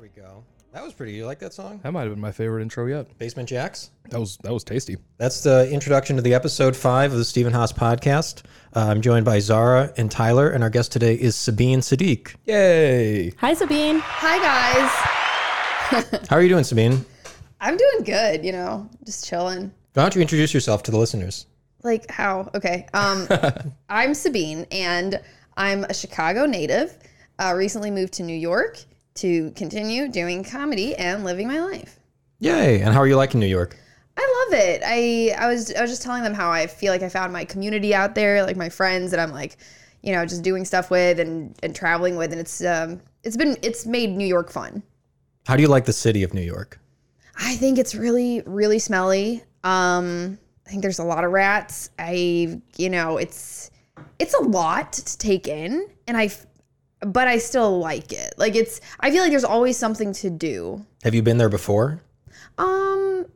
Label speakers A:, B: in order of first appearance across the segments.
A: we go. That was pretty. You like that song?
B: That might have been my favorite intro yet.
A: Basement Jacks?
B: That was that was tasty.
A: That's the introduction to the episode five of the Stephen Haas podcast. Uh, I'm joined by Zara and Tyler, and our guest today is Sabine Sadiq.
B: Yay!
C: Hi, Sabine.
D: Hi guys.
A: How are you doing, Sabine?
D: I'm doing good, you know, just chilling.
A: Why don't you introduce yourself to the listeners?
D: Like how? Okay. Um I'm Sabine and I'm a Chicago native. Uh, recently moved to New York to continue doing comedy and living my life.
A: Yay! And how are you liking New York?
D: I love it. I I was I was just telling them how I feel like I found my community out there, like my friends that I'm like, you know, just doing stuff with and and traveling with and it's um it's been it's made New York fun.
A: How do you like the city of New York?
D: I think it's really, really smelly. Um, I think there's a lot of rats. I, you know, it's it's a lot to take in, and I, f- but I still like it. Like it's, I feel like there's always something to do.
A: Have you been there before?
D: Um,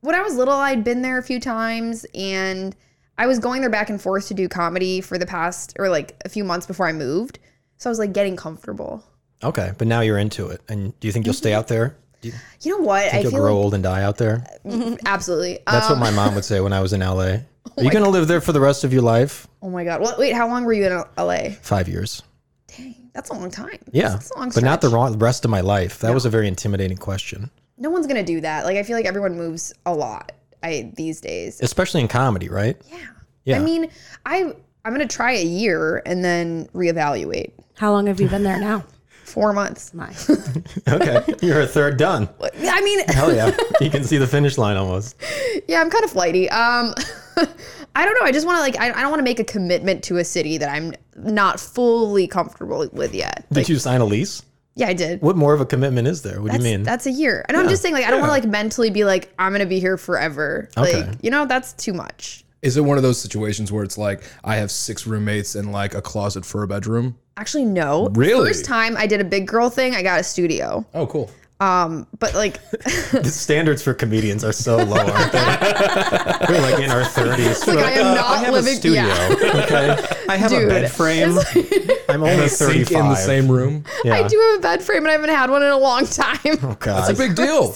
D: when I was little, I'd been there a few times, and I was going there back and forth to do comedy for the past or like a few months before I moved. So I was like getting comfortable.
A: Okay, but now you're into it. And do you think you'll stay out there? Do you think
D: You know what? I
A: you'll
D: feel
A: grow old and die out there?
D: like absolutely.
A: That's
D: um,
A: what my mom would say when I was in LA. Are you going to live there for the rest of your life?
D: oh my god. Well, wait, how long were you in LA?
A: Five years.
D: Dang, that's a long time.
A: Yeah,
D: that's a long
A: but not the
D: stretch.
A: wrong, rest of my life. That was a very intimidating question,
D: No one's gonna do that. Like I feel like everyone moves a lot. I these days.
A: especially in comedy, right?
D: Yeah.
A: Yeah.
D: I mean, I I'm gonna try a year and then reevaluate.
C: How long have you been there now?
D: Four months.
C: My.
A: okay, you're a third done.
D: But- yeah, I mean,
A: Hell yeah, you can see the finish line almost.
D: yeah, I'm kind of flighty. Um, I don't know. I just want to like I, I don't want to make a commitment to a city that I'm not fully comfortable with yet.
A: Did you sign a lease?
D: Yeah, I did.
A: What more of a commitment is there? What
D: That's,
A: do you mean?
D: that's a year. And I'm just saying, like, I don't want to like mentally be like, I'm gonna be here forever.
A: Okay.
D: Like, you know, that's too much.
B: Is it one of those situations where it's like I have six roommates and like a closet for a bedroom?
D: Actually, no.
B: Really?
D: First time I did a big girl thing, I got a studio.
B: Oh, cool.
D: But like,
A: the standards for comedians are so low, aren't they? We're like in our thirties. "Oh,
D: like, I am not
A: have a
D: living-
A: studio.
D: yeah.
A: Okay, I have a
D: Dude,
A: bed frame. I'm only
B: And a sink
A: thirty-five.
B: in the same room.
A: Yeah.
D: I do have a bed frame and I haven't had one in a long time.
A: God.
B: That's a big deal.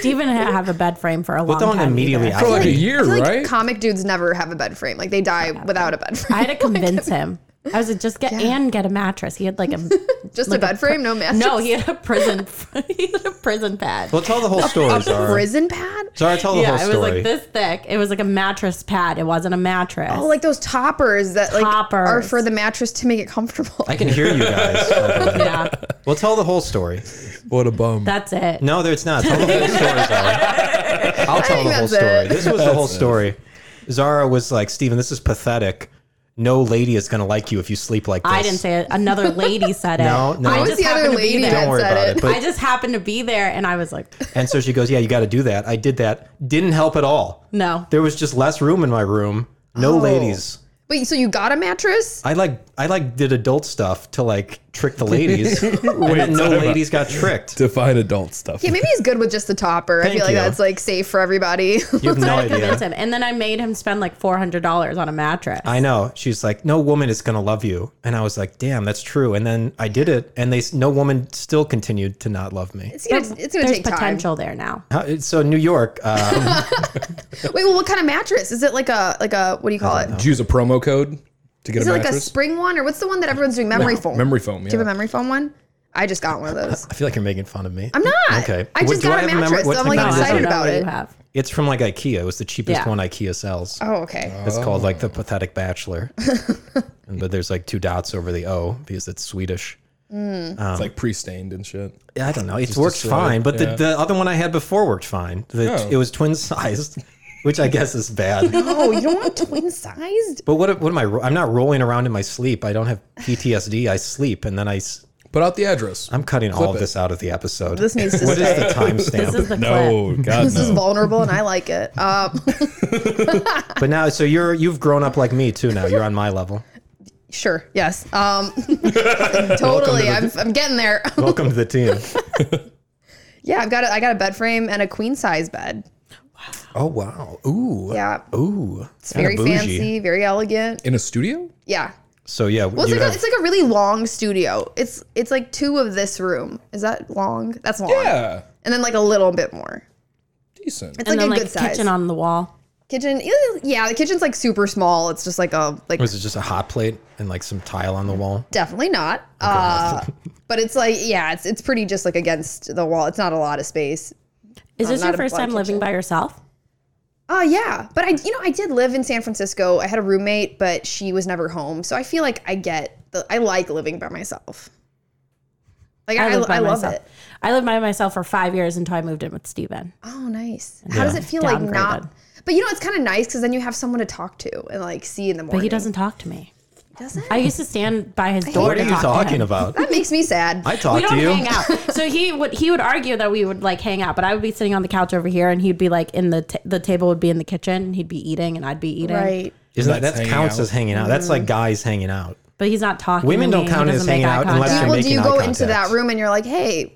C: Steven didn't have a bed frame for a long
A: don't
C: time.
A: immediately
C: either.
A: out-
B: For like a
A: Like-
B: year,
D: I feel like
B: right?
D: comic dudes never have a bed frame. Like they die without a bed frame.
C: I had to convince him. I was like, just get and get a mattress. He had like a
D: Just
C: like
D: a bed frame, no mattress.
C: no. He had a prison. he had a prison pad.
A: Well, tell the whole story, Zara.
D: prison pad.
A: Zara, tell the
C: yeah,
A: whole
C: it
A: story.
C: was like this thick. It was like a mattress pad. It wasn't a mattress.
D: Oh, like those toppers that like are
C: Toppers.
D: for the mattress to make it comfortable.
A: I can hear you guys. by the way.
C: yeah,
A: Well, tell the whole story.
B: What a bum.
C: that's it.
A: No, there- it's not. Tell the whole story, Zara. I'll tell
D: think
A: the whole
D: that's
A: story.
D: it.
A: This was the whole story. Zara was like, Steven, this is pathetic. No lady is going to like you if you sleep like this.
C: I didn't say it. Another lady said it.
A: No, no.
C: I
A: Who was
C: just
D: the other
C: happened to be
D: lady
C: there.
D: that
A: Don't worry
D: said
A: about
D: it.
A: it. But,
C: I just happened to be there, and I was like,
A: and so she goes, yeah, you got to do that. I did that. Didn't help at all.
C: no. Oh.
A: There was just less room in my room. No ladies.
D: Wait, so you got a mattress?
A: I like I like did adult stuff to like trick the ladies. and then no ladies got tricked.
B: Define adult stuff.
D: Yeah, maybe he's good with just the topper. I
A: Thank
D: feel like
A: you.
D: that's like safe for everybody.
A: You have no
C: I
A: idea.
C: convinced him, and then I made him spend like four hundred dollars on a mattress.
A: I know. She's like, no woman is going to love you. And I was like, damn, that's true. And then I did it. And they, no woman still continued to not love me.
D: it's gonna, it's gonna
C: There's
D: take time.
C: potential there now.
A: How- it's- so New York, uh,
D: Wait, well, what kind of mattress? Is it like a like a what do you call it?
B: Did you use a promo code to get
D: Is
B: a
D: it like a
B: mattress?
D: spring one or what's the one that everyone's doing? Memory foam.
B: Memory foam.
D: Do you have
B: Yeah.
D: a memory foam one? I just got one of those.
A: I feel like you're making fun of me.
D: I'm not.
A: Okay.
D: I
A: What-
D: just
A: do I
D: got a
A: have a memory-
D: mattress.
A: what
D: so I'm like
A: No,
C: I don't
D: excited
C: know
D: about
C: what you
D: it.
C: have.
A: It's from like IKEA. It was the cheapest
C: Yeah.
A: one IKEA sells.
D: Oh, okay.
A: It's called like the Pathetic Bachelor. And- but there's like two dots over the O because it's Swedish.
B: It's like pre-stained and shit.
A: I don't know. It works
B: destroy
A: fine,
B: it,
A: but
B: yeah.
A: the, the other one I had before worked fine. The,
B: Oh.
A: It was twin sized, which I guess is bad.
D: Oh, you don't want twin sized?
A: But what, what am I? ro- I'm not rolling around in my sleep. I don't have PTSD. I sleep, and then I. s-
B: Put out the address.
A: I'm cutting all of
B: it.
A: this out of the episode.
D: This needs to
A: what is
D: stay.
A: the
C: This
A: timestamp?
C: is the clip.
B: no, God
D: This is
B: no.
D: vulnerable and I like it. Um,
A: but now, so you're you've grown up like me too. Now you're on my level.
D: sure. Yes. Um, totally. I'm, I'm getting there.
A: Welcome to the team.
D: yeah, I've got a, I got a bed frame and a queen size bed.
A: Oh wow! Ooh.
D: Yeah.
A: Ooh. oh, It's
D: Very fancy, very elegant.
B: In a studio?
D: Yeah.
A: So yeah,
D: Well, it's
A: you
D: like, a,
A: have-
D: it's like a really long studio. It's it's like two of this room. Is that long? That's long.
B: Yeah,
D: And then like a little bit more.
B: decent.
D: It's
C: and
D: like
C: then
D: a
C: like
D: good size.
C: kitchen on the wall.
D: kitchen. Yeah, the kitchen's like super small. It's just like a like
A: was it just a hot plate and like some tile on the wall?
D: definitely not. Uh, but it's like yeah, it's it's pretty just like against the wall. It's not a lot of space.
C: Is this
D: not
C: your
D: a
C: first
D: black
C: time living
D: kitchen.
C: by yourself?
D: Oh yeah, but I you know I did live in San Francisco. I had a roommate, but she was never home. So I feel like I get the I like living by myself. Like I, I,
C: lived by
D: love
C: myself.
D: it.
C: I lived by myself for five years until I moved in with Steven.
D: Oh nice. How does it feel like
C: Downgraded.
D: not? But you know it's kind of nice because then you have someone to talk to and like see in the morning.
C: But he doesn't talk to me.
D: Doesn't.
C: I used to stand by his door.
A: What are
C: to
A: you
C: talk to him.
A: talking about?
D: that makes me sad.
A: I
C: we
A: talk to
C: don't
A: you.
C: hang out. So he would he would argue that we would like hang out, but I would be sitting on the couch over here, and he'd be like in the t- the table would be in the kitchen, and he'd be eating, and I'd be eating.
D: right.
A: Isn't that
B: That's
A: that
B: hanging
A: counts
B: out.
A: as hanging out? That's
D: Mm.
A: like guys hanging out.
C: But he's not talking.
A: Women
C: to
A: don't
C: me.
A: count
C: He
A: as
C: doesn't make
A: hanging
C: eye
A: out unless
C: contact.
A: you're
D: well, do
A: making
D: you
A: eye
D: go into that
A: contact.
D: room and you're like, hey,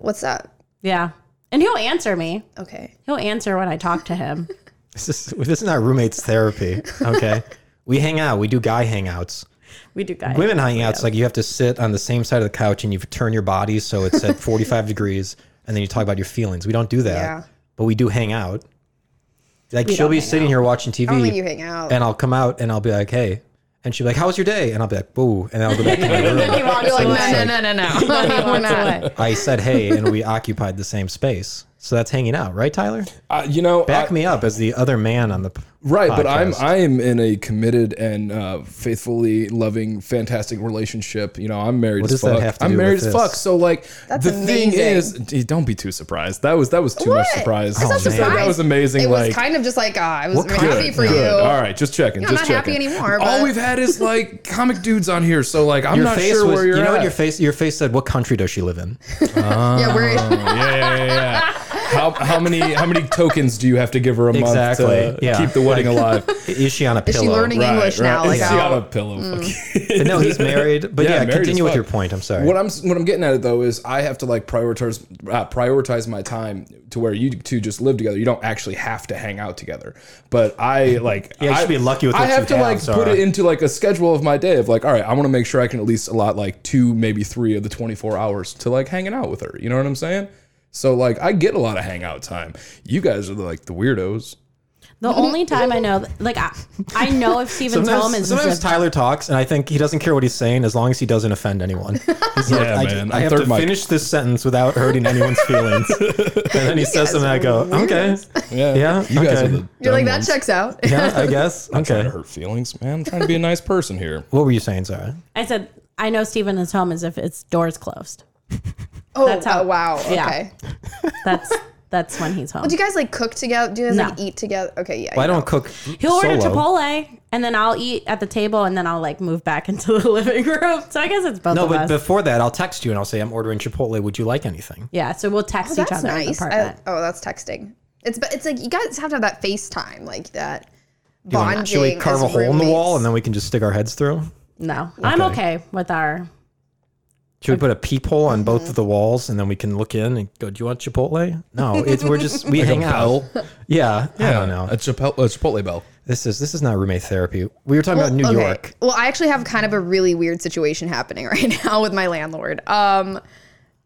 D: what's up?
C: yeah, and he'll answer me.
D: Okay.
C: He'll answer when I talk to him.
A: This is this is not roommates therapy. Okay, we hang out. We do guy hangouts.
C: We do guys.
A: Women hangouts like you have to sit on the same side of the couch and you turn your body so it's at 45 degrees, and then you talk about your feelings. We don't do that,
D: Yeah.
A: but we do hang out. Like she'll be sitting here watching TV,
D: I don't think you hang out.
A: and I'll come out and I'll be like, "Hey," and she'll be like, "How was your day?" And I'll be like, "Boo," and I'll go back to my room.
C: He walks
D: You're like,
C: away.
D: no, no, no, no, no.
C: He walks away.
A: I said hey, and we occupied the same space. So that's hanging out, right, Tyler?
B: Uh, you know,
A: Back
B: I-
A: me up as the other man on the p-
B: right? But I'm
A: podcast.
B: I am in a committed and uh, faithfully loving, fantastic relationship. You know, I'm married. What as
A: does that
B: fuck.
A: have to
B: I'm
A: do
B: married
A: with
B: as
A: this?
B: fuck. So like,
D: That's
B: the thing
D: amazing.
B: is, d- don't be too surprised. That was that was too much
D: What?
B: surprise.
D: It's not
B: She said That
D: surprise.
B: was amazing.
D: It
B: like,
D: was kind of just like, ah, I was
A: oh, What
D: really
A: kind-
D: happy for
A: Good.
D: you.
B: Good. All right, just checking.
D: Yeah, I'm
B: just
D: not happy
B: checking.
D: anymore,
B: All
D: but-
B: we've had is like comic dudes on here, so like I'm
A: your
B: not
A: face
B: sure
A: was,
B: where you're
A: you know
B: at.
A: what your face your face said what country does she live in
D: Yeah, we're
B: yeah, yeah, yeah, yeah. How, how many how many tokens do you have to give her a month
A: Exactly,
B: to
A: yeah.
B: uh, keep the wedding alive?
A: is she on a
D: she
A: pillow
D: learning English now, like,
B: Is she
D: how- Mm.
B: on a pillow. Fuck you.
A: no he's married but
B: Yeah,
A: yeah,
B: married as
A: continue with
B: fuck.
A: your point i'm sorry
B: What I'm what I'm getting at though is I have to like prioritize uh, prioritize my time to where you two just live together. You don't actually have to hang out together, but I like
A: Yeah, you
B: I,
A: should be lucky with
B: I
A: what
B: have
A: you
B: to
A: have,
B: like put
A: Sarah.
B: it into like a schedule of my day of like all right, I want to make sure I can at least allot like two maybe three of the 24 hours to like hanging out with her. You know what I'm saying? So like I get a lot of hangout time. You guys are like the weirdos.
C: The only time I know, like, I, I know if Steven's home
A: sometimes,
C: is
A: sometimes
C: if,
A: tyler talks and i think he doesn't care what he's saying as long as he doesn't offend anyone He's like,
B: Yeah,
A: I,
B: man,
A: I
B: I'm
A: have
B: third
A: to
B: mic.
A: finish this sentence without hurting anyone's feelings and then he says something i go okay
B: Yeah,
A: Yeah,
B: You guys
A: okay.
B: are the
D: you're like
B: dumb
D: that
B: ones.
D: checks out.
A: yeah i guess
B: Trying
A: okay
B: to hurt feelings, man. I'm trying to be a nice person here.
A: what were you saying sarah
C: I said I know Steven is home is if its doors closed.
D: Oh,
C: That's how-
D: oh, wow.
C: yeah.
D: Okay. Well,
C: That's that's when he's home.
D: do you guys like cook together? Do you guys like
C: No.
D: eat together? Okay, yeah.
A: i
D: you
A: don't cook
C: He'll order
A: solo.
C: Chipotle, and then I'll eat at the table, and then I'll like move back into the living room. So I guess it's both
A: no
C: of
A: but
C: us.
A: before that i'll text you and i'll say i'm ordering chipotle would you like anything
C: yeah, so we'll text
D: know.
C: each
D: That's
C: other in the
D: nice. I,
C: apartment.
D: oh, that's texting. It's but it's like you guys have to have that FaceTime like that.
A: Do you want-
D: Bonding.
A: should we carve
D: as
A: a hole in the wall
D: roommates.
A: and then we can just stick our heads through
C: no, I'm okay with our.
A: Should we put a peephole on
D: Mm-hmm.
A: both of the walls and then we can look in and go, Do you want Chipotle? No, it's we're just we hang out. Yeah, I don't know.
B: A Chipotle, a Chipotle bell.
A: This is this is not roommate therapy. We were talking about New
D: okay.
A: York.
D: Well, I actually have kind of a really weird situation happening right now with my landlord. Um,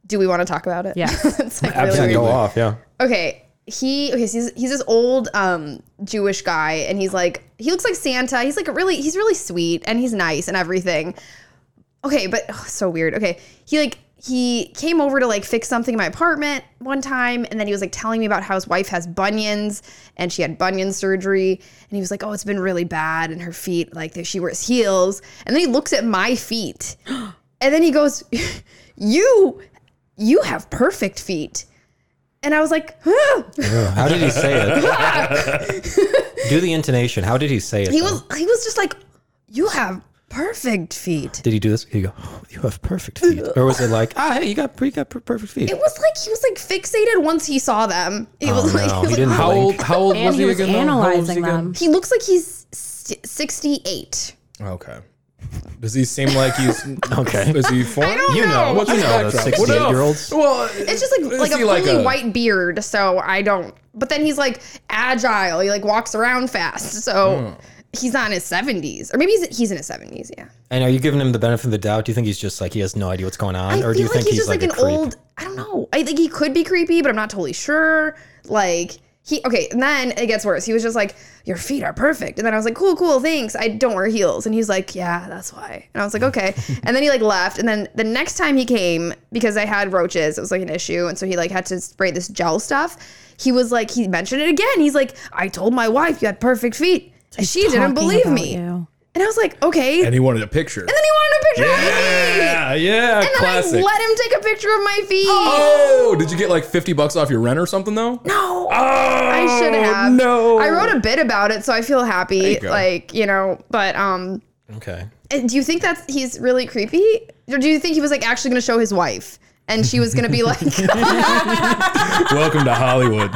D: do we want to talk about it?
C: Yeah.
D: it's like really
A: Yeah,
D: weird.
A: go off, yeah.
D: Okay. He okay, so he's he's this old um Jewish guy and he's like he looks like Santa. He's like really he's really sweet and he's nice and everything. Okay, but oh, so weird. Okay. He like he came over to like fix something in my apartment one time and then he was like telling me about how his wife has bunions and she had bunion surgery and he was like, "Oh, it's been really bad and her feet like there she wears heels." And then he looks at my feet. And then he goes, "You you have perfect feet." And I was like, huh.
A: Yeah. How did he say it? Do the intonation. How did he say it?
D: he
A: though?
D: was he was just like, you have perfect feet.
A: did he do this? He go, oh, you have perfect feet, or was it like, ah, hey, you got you got per- perfect feet?
D: It was like he was like fixated once he saw them. It was like,
A: Oh, no,
D: he, was
A: he
D: like,
A: didn't
D: "Huh."
A: have-
B: How old? How old
C: And
B: was
C: he
B: he,
C: was
B: again? though? How old was he
C: analyzing
B: again?
C: them.
D: he looks like he's si- 68.
B: Okay. Does he seem like he's
A: Okay.
B: Is he foreign?
D: I don't
A: You know,
D: know.
A: you
B: the
A: know, the
B: backdrop? What else?
A: sixty-eight-year-olds.
B: Well,
D: It's just like
B: is
D: like a
B: he
D: fully white beard, so I don't. But then he's like agile. He like walks around fast, so he's not in his 70s or maybe he's, he's in his 70s yeah
A: And are you giving him the benefit of the doubt? Do you think he's just like he has no idea what's going on, or do you think he's, like, a creep?
D: I don't know. I think he could be creepy, but I'm not totally sure. Like he okay, and then it gets worse. He was just like, "Your feet are perfect," and then I was like, "Cool, cool, thanks." I don't wear heels, and he's like, "Yeah, that's why." And I was like, "Okay," and then he like left, and then the next time he came because I had roaches, it was like an issue, and so he like had to spray this gel stuff. He was like, he mentioned it again. He's like, "I told my wife you had perfect feet, and she didn't
C: Talking
D: believe
C: about
D: me."
C: you.
D: And I was like, "Okay." And
B: And he wanted a picture.
D: then he wanted a picture of me.
B: Yeah, yeah,
D: And then
B: classic.
D: I let him take a picture of my feet.
B: oh, did you get like 50 bucks off your rent or something though? Oh,
D: No. I should have.
B: No.
D: I wrote a bit about it, so I feel happy.
B: you go.
D: like, you know, but um
A: Okay.
D: and do you think that's he's really creepy? Or do you think he was like actually gonna show his wife? And she was gonna be like,
B: Welcome to Hollywood.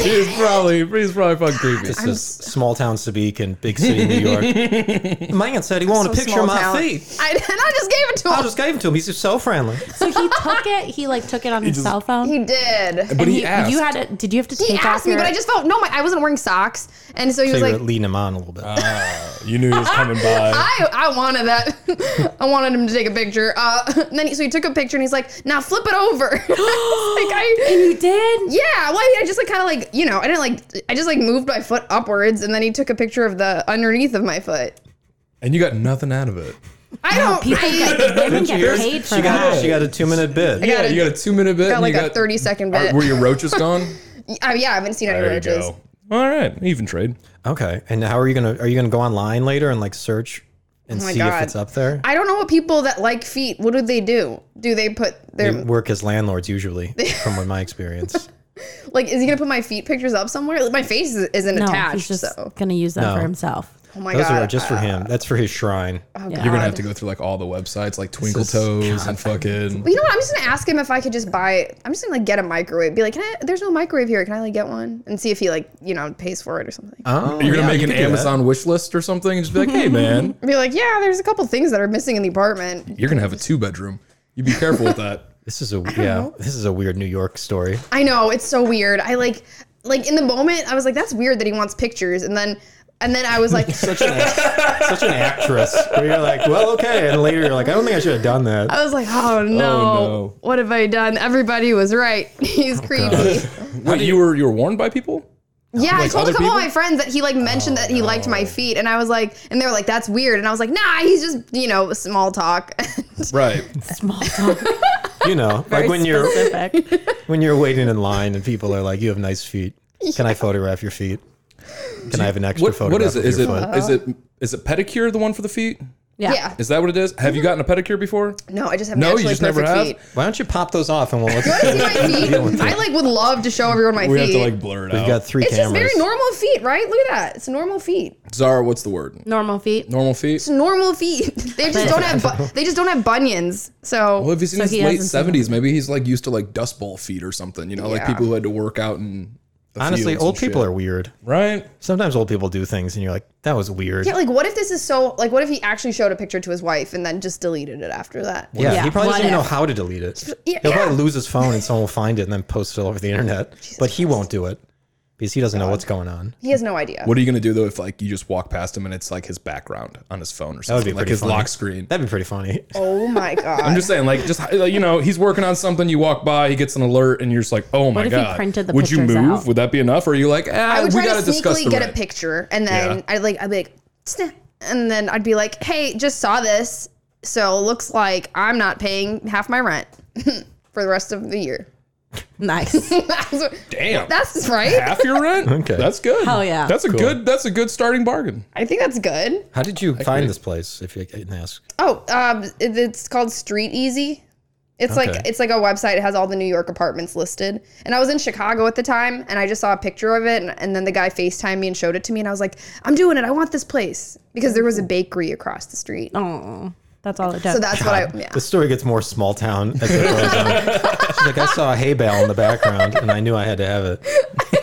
B: he's probably he's probably fucking creepy.
A: This is small town Sabik in big city New York. Man said he wanted a
D: so
A: picture of
D: small
A: my
D: town.
A: feet.
D: I, and I just gave it to
A: I
D: him.
A: just gave him to him. He's just so friendly.
C: So he took it. He like took it on his
B: just-
C: cell phone.
D: he did.
B: But
C: And
B: he, asked.
C: You had to, did you have to
D: He
C: take off
D: asked me,
C: your-
D: but I just felt no. My, I wasn't wearing socks, and so he
A: So
D: was
A: you were
D: like,
A: leading him on a little bit.
B: Uh, you knew he was coming by.
D: I, I wanted that. I wanted him to take a picture. Uh, and then he, so he took a picture and he's like, now flip it over. I was like I,
C: You did?
D: yeah, well, I just like kind of like you know, I didn't like I just like moved my foot upwards and then he took a picture of the underneath of my foot.
B: And you got nothing out of it.
D: I don't.
C: People get, women get paid for
A: she
C: that.
A: got she got a two minute bit.
D: got
B: yeah,
D: a-
B: you got a two minute bit.
D: got
B: and
D: like
B: you
D: a 30 second
B: Are-
D: bit.
B: Were your roaches gone?
D: Uh, yeah, I haven't seen any
B: There you
D: roaches.
B: go. All right, even trade.
A: Okay. And how are you gonna are you gonna go online later and like search and
D: Oh my
A: see
D: God.
A: if it's up there?
D: I don't know what people that like feet. What do they do? Do they put their
A: They work as landlords usually, from what my
D: Oh
A: experience.
D: like? Is he gonna put my feet pictures up somewhere? Like, My face is, isn't
C: No, he's
D: attached,
C: just
D: so
C: gonna use that for
A: No.
C: himself.
D: oh my
A: Those
D: god. Oh,
A: are just for him. That's for his shrine.
C: Yeah.
B: You're gonna have to go through like all the websites, like Twinkle Toes and fucking.
D: But you know what? I'm just gonna ask him if I could just buy. I'm just gonna like get a microwave. Be like, can I? There's no microwave here. Can I like get one and see if he like you know pays for it or something?
A: Oh,
B: You're
A: yeah,
B: gonna make
A: you
B: an
A: could do that.
B: Amazon wish list or something, and just be like, "Hey, man,
D: be like, yeah, there's a couple things that are missing in the apartment.
B: you're gonna have a two bedroom. You be careful with that."
A: This is a yeah.
D: know.
A: This is a weird New York story.
D: I know it's so weird. I like, like in the moment, I was like, that's weird that he wants pictures, and then, and then I was like,
A: Such an, such an actress. Where you're like, well, okay, and later you're like, I don't think I should have done that.
D: I was like, oh no,
B: no. Oh,
D: what have I done? Everybody was right. He's creepy.
B: Wait, you were you were warned by people?
D: Yeah, I
B: Like
D: told a
B: other
D: couple
B: people? Oh,
D: of my friends that he like mentioned that he liked my feet, and I was like, and they were like, that's weird, and I was like, nah, he's just you know small talk.
B: Right.
C: Small talk.
D: Oh,
A: You know, like when you're
C: specific.
A: when you're waiting in line and people are like, you have nice feet. Can I photograph your feet? Can I have an extra
B: What,
A: photograph
B: what is it?
A: of
B: Is it
A: your foot?
B: is it is it pedicure the one for the feet?
C: Yeah.
D: yeah,
B: Is that what it is? Have you gotten a pedicure before?
D: no, I just have
B: No, you
D: naturally
B: just never
D: perfect
B: have?
D: feet.
A: Why don't you pop those off and we'll look
D: You see my feet? I like would love to show everyone my
B: We have
D: feet.
B: to like blur it
A: We've
B: out.
A: got three
D: it's just
A: cameras.
D: very normal feet, right? Look at that. It's normal feet.
B: Zara, what's the word?
C: Normal feet.
B: Normal feet.
D: It's normal feet. They just don't have bu- they just don't have bunions. So
B: Well, if he's in
C: So
B: his
C: he
B: late
C: hasn't seen
B: seventies, maybe he's like used to like dust bowl feet or something. You know, like
D: Yeah.
B: people who had to work out in. the
A: Honestly,
B: fields
A: old
B: and shit.
A: people are weird.
B: right.
A: Sometimes old people do things and you're like, that was weird.
D: yeah,
A: Yeah,
D: like what if this is so like what if he actually showed a picture to his wife and then just deleted it after that?
C: Yeah,
A: he probably
C: what
A: doesn't even know
C: if?
A: how to delete it.
D: Yeah,
A: He'll
D: yeah.
A: probably lose his phone and someone will find it and then post it all over the internet. but he won't do it because he doesn't know what's going on.
D: He has no idea.
B: What are you gonna do though if like you just walk past him and it's like his background on his phone or something,
A: be
B: like
A: pretty
B: his
A: funny.
B: lock screen?
A: That'd be pretty funny.
D: Oh my god.
B: I'm just saying, like, just like, you know, he's working on something. You walk by, he gets an alert, and you're just like, "Oh my
C: if he
B: god!"
C: printed the
B: Would you
C: pictures
B: move?
C: out?
B: Would that be enough? Or are you like, "Ah,
D: I would
B: we
D: try
B: gotta
D: to
B: discuss
D: sneakily
B: the
D: get
B: rent.
D: a picture and then
B: Yeah.
D: I'd like I'd be like "Snap," and then I'd be like, "Hey, just saw this. So looks like I'm not paying half my rent for the rest of the year."
C: Nice.
D: that's, what-
B: Damn,
D: that's right.
B: half your rent.
A: Okay.
B: that's good.
C: Hell yeah.
B: that's a good. That's a good starting bargain.
D: I think that's good.
A: How did you find this place? If you can ask,
D: Oh, um, it- it's called Street Easy. It's
A: Okay.
D: like it's like a website. It has all the New York apartments listed. And I was in Chicago at the time, and I just saw a picture of it, and, and then the guy Facetimed me and showed it to me, and I was like, "I'm doing it. I want this place," because there was a bakery across the street.
C: Oh, that's all it does.
D: So that's what I. Yeah.
A: the story gets more small town as it goes on. She's like, I saw a hay bale in the background and I knew I had to have it.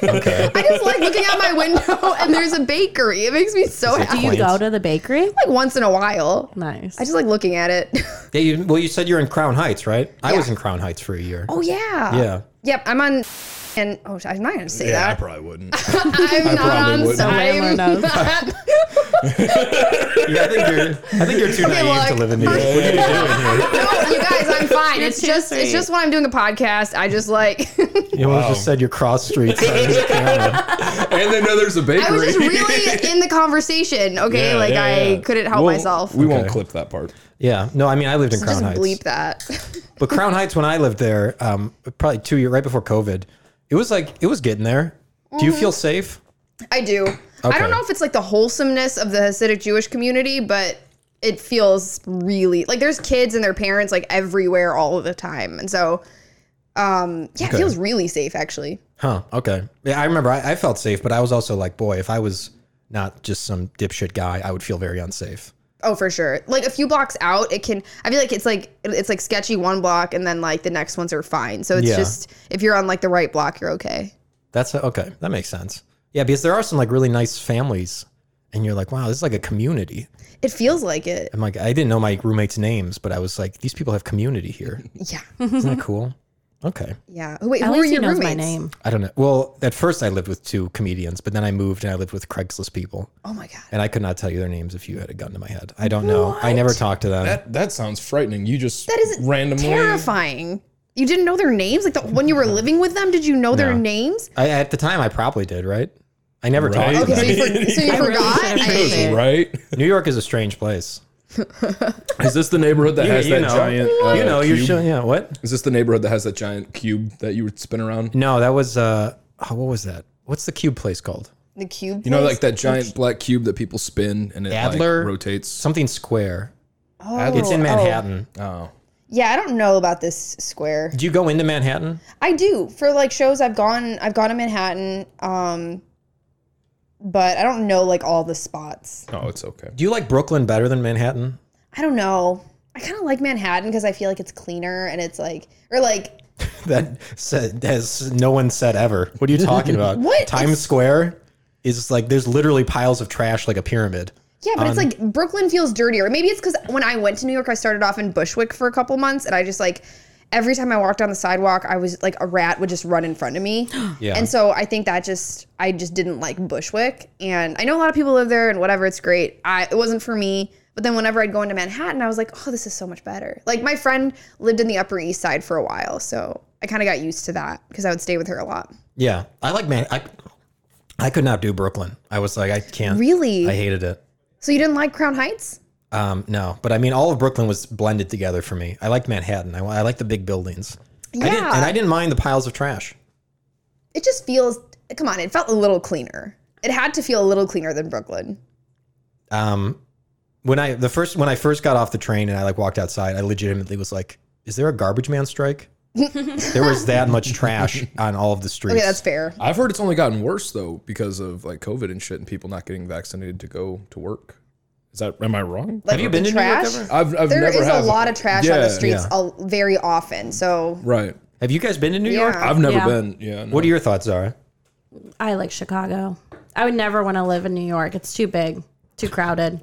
D: I just like looking out my window, and there's a bakery. It makes me so
A: it
D: happy.
C: Do you
A: Point.
C: go to the bakery?
D: Like once in a while,
C: Nice.
D: I just like looking at it.
A: Yeah, you, well, you said you're in Crown Heights, right? I was in Crown Heights for a year.
D: Oh yeah.
A: Yeah.
D: Yep. I'm on. And oh, I'm not gonna say
B: Yeah, I
D: that.
B: probably wouldn't.
D: I'm not
B: probably
D: on.
B: wouldn't.
C: Landlord knows.
D: I'm not.
A: Yeah, I think you're. I think you're too naive
D: well,
A: to
D: I-
A: live in New York. What are you doing here?
D: no, you guys, I'm fine. It's
C: You're too
D: just,
C: sweet.
D: it's just when I'm doing a podcast. I just like,
A: You almost just said you're cross streets.
B: and they know there's a bakery.
D: I was just really in the conversation. Okay,
B: Yeah,
D: like
B: yeah,
D: I
B: yeah.
D: couldn't help
B: We'll-
D: myself.
B: We won't
A: Okay.
B: clip that part.
A: yeah. No, I mean I lived in Crown
D: just
A: Heights.
D: bleep that.
A: But Crown Heights, when I lived there, um, probably two years right before COVID, it was like it was getting there. Do
D: Mm-hmm.
A: you feel safe?
D: I do. I
A: Okay.
D: don't know if it's like the wholesomeness of the Hasidic Jewish community, but it feels really like there's kids and their parents like everywhere all of the time. And so um yeah,
A: Okay.
D: it feels really safe actually.
A: Huh. Okay. Yeah, I remember I, I felt safe, but I was also like, boy, if I was not just some dipshit guy, I would feel very unsafe.
D: Oh, for sure. Like a few blocks out, it can I feel like it's like it's like sketchy one block and then like the next ones are fine. So it's
A: Yeah.
D: just if you're on like the right block, you're okay.
A: That's uh, okay. That makes sense. Yeah, because there are some like really nice families, and you're like, wow, this is like a community.
D: It feels like it.
A: I'm like, I didn't know my roommates' names, but I was like, these people have community here.
D: Yeah.
A: Isn't that cool? Okay.
D: Yeah. Wait,
C: At
D: who are
C: least he
D: your
C: knows
D: roommates?
C: my name.
A: I don't know. Well, at first I lived with two comedians, but then I moved and I lived with Craigslist people.
D: Oh my god.
A: and I could not tell you their names if you had a gun to my head. I don't know. I never talked to them.
B: That that sounds frightening. You just
D: That is
B: randomly
D: terrifying. You didn't know their names? Like the, when you were living with them, did you know their
A: No.
D: names?
A: I, at the time, I probably did, right? I never
B: Right?
A: talked to
D: Okay, so
A: them.
D: you, for, so you
C: I really
D: forgot?
C: should've
D: I-
C: known.
B: right.
A: New York is a strange place.
B: Is this the neighborhood that has
A: you
B: that
A: know.
B: giant? uh,
A: you know, you're
B: cube?
A: showing, yeah, what?
B: Is this the neighborhood that has that giant cube that you would spin around?
A: No, that was, uh, oh, what was that? What's the cube place called?
D: the cube.
B: You know,
D: place?
B: like that giant black cube that people spin and it
A: Adler?
B: like rotates.
A: Something square.
D: Oh,
A: It's in Manhattan.
B: Oh,
D: Yeah, I don't know about this square.
A: Do you go into Manhattan?
D: I do for like shows. I've gone. I've gone to Manhattan. Um, but I don't know like all the spots.
B: oh, it's okay.
A: Do you like Brooklyn better than Manhattan?
D: I don't know. I kind of like Manhattan because I feel like it's cleaner and it's like or like
A: That said, has no one said ever. What are you talking about?
D: What?
A: Times Square is like, there's literally piles of trash like a pyramid.
D: yeah, but it's
A: Um,
D: like Brooklyn feels dirtier. Maybe it's because when I went to New York, I started off in Bushwick for a couple months, and I just like every time I walked down the sidewalk, I was like a rat would just run in front of me.
A: Yeah.
D: And so I think that just I just didn't like Bushwick, and I know a lot of people live there and whatever, it's great. I it wasn't for me. But then whenever I'd go into Manhattan, I was like, oh, this is so much better. Like my friend lived in the Upper East Side for a while, so I kind of got used to that because I would stay with her a lot.
A: Yeah, I like man. I I could not do Brooklyn. I was like, I can't.
D: Really?
A: I hated it.
D: so you didn't like Crown Heights?
A: Um, no, but I mean, all of Brooklyn was blended together for me. I liked Manhattan. I, I liked the big buildings. I didn't, and
D: Yeah.
A: I didn't mind the piles of trash.
D: It just feels. Come on, it felt a little cleaner. It had to feel a little cleaner than Brooklyn.
A: Um, when I the first when I first got off the train and I like walked outside, I legitimately was like, "Is there a garbage man strike?" there was that much trash on all of the streets.
D: Okay, that's fair.
B: I've heard it's only gotten worse though because of like COVID and shit and people not getting vaccinated to go to work. Is that am I wrong?
D: Like
A: you been to New York
D: trash?
A: ever?
B: I've, I've
D: There is
B: never
D: a
B: have-
D: lot of trash on
B: Yeah,
D: the streets
A: yeah.
D: al- very often. So
B: Right.
A: Have you guys been to New York?
D: Yeah.
B: I've never
C: Yeah.
B: been. Yeah. No.
A: What are your thoughts, Zara?
C: I like Chicago. I would never want to live in New York. It's too big, too crowded,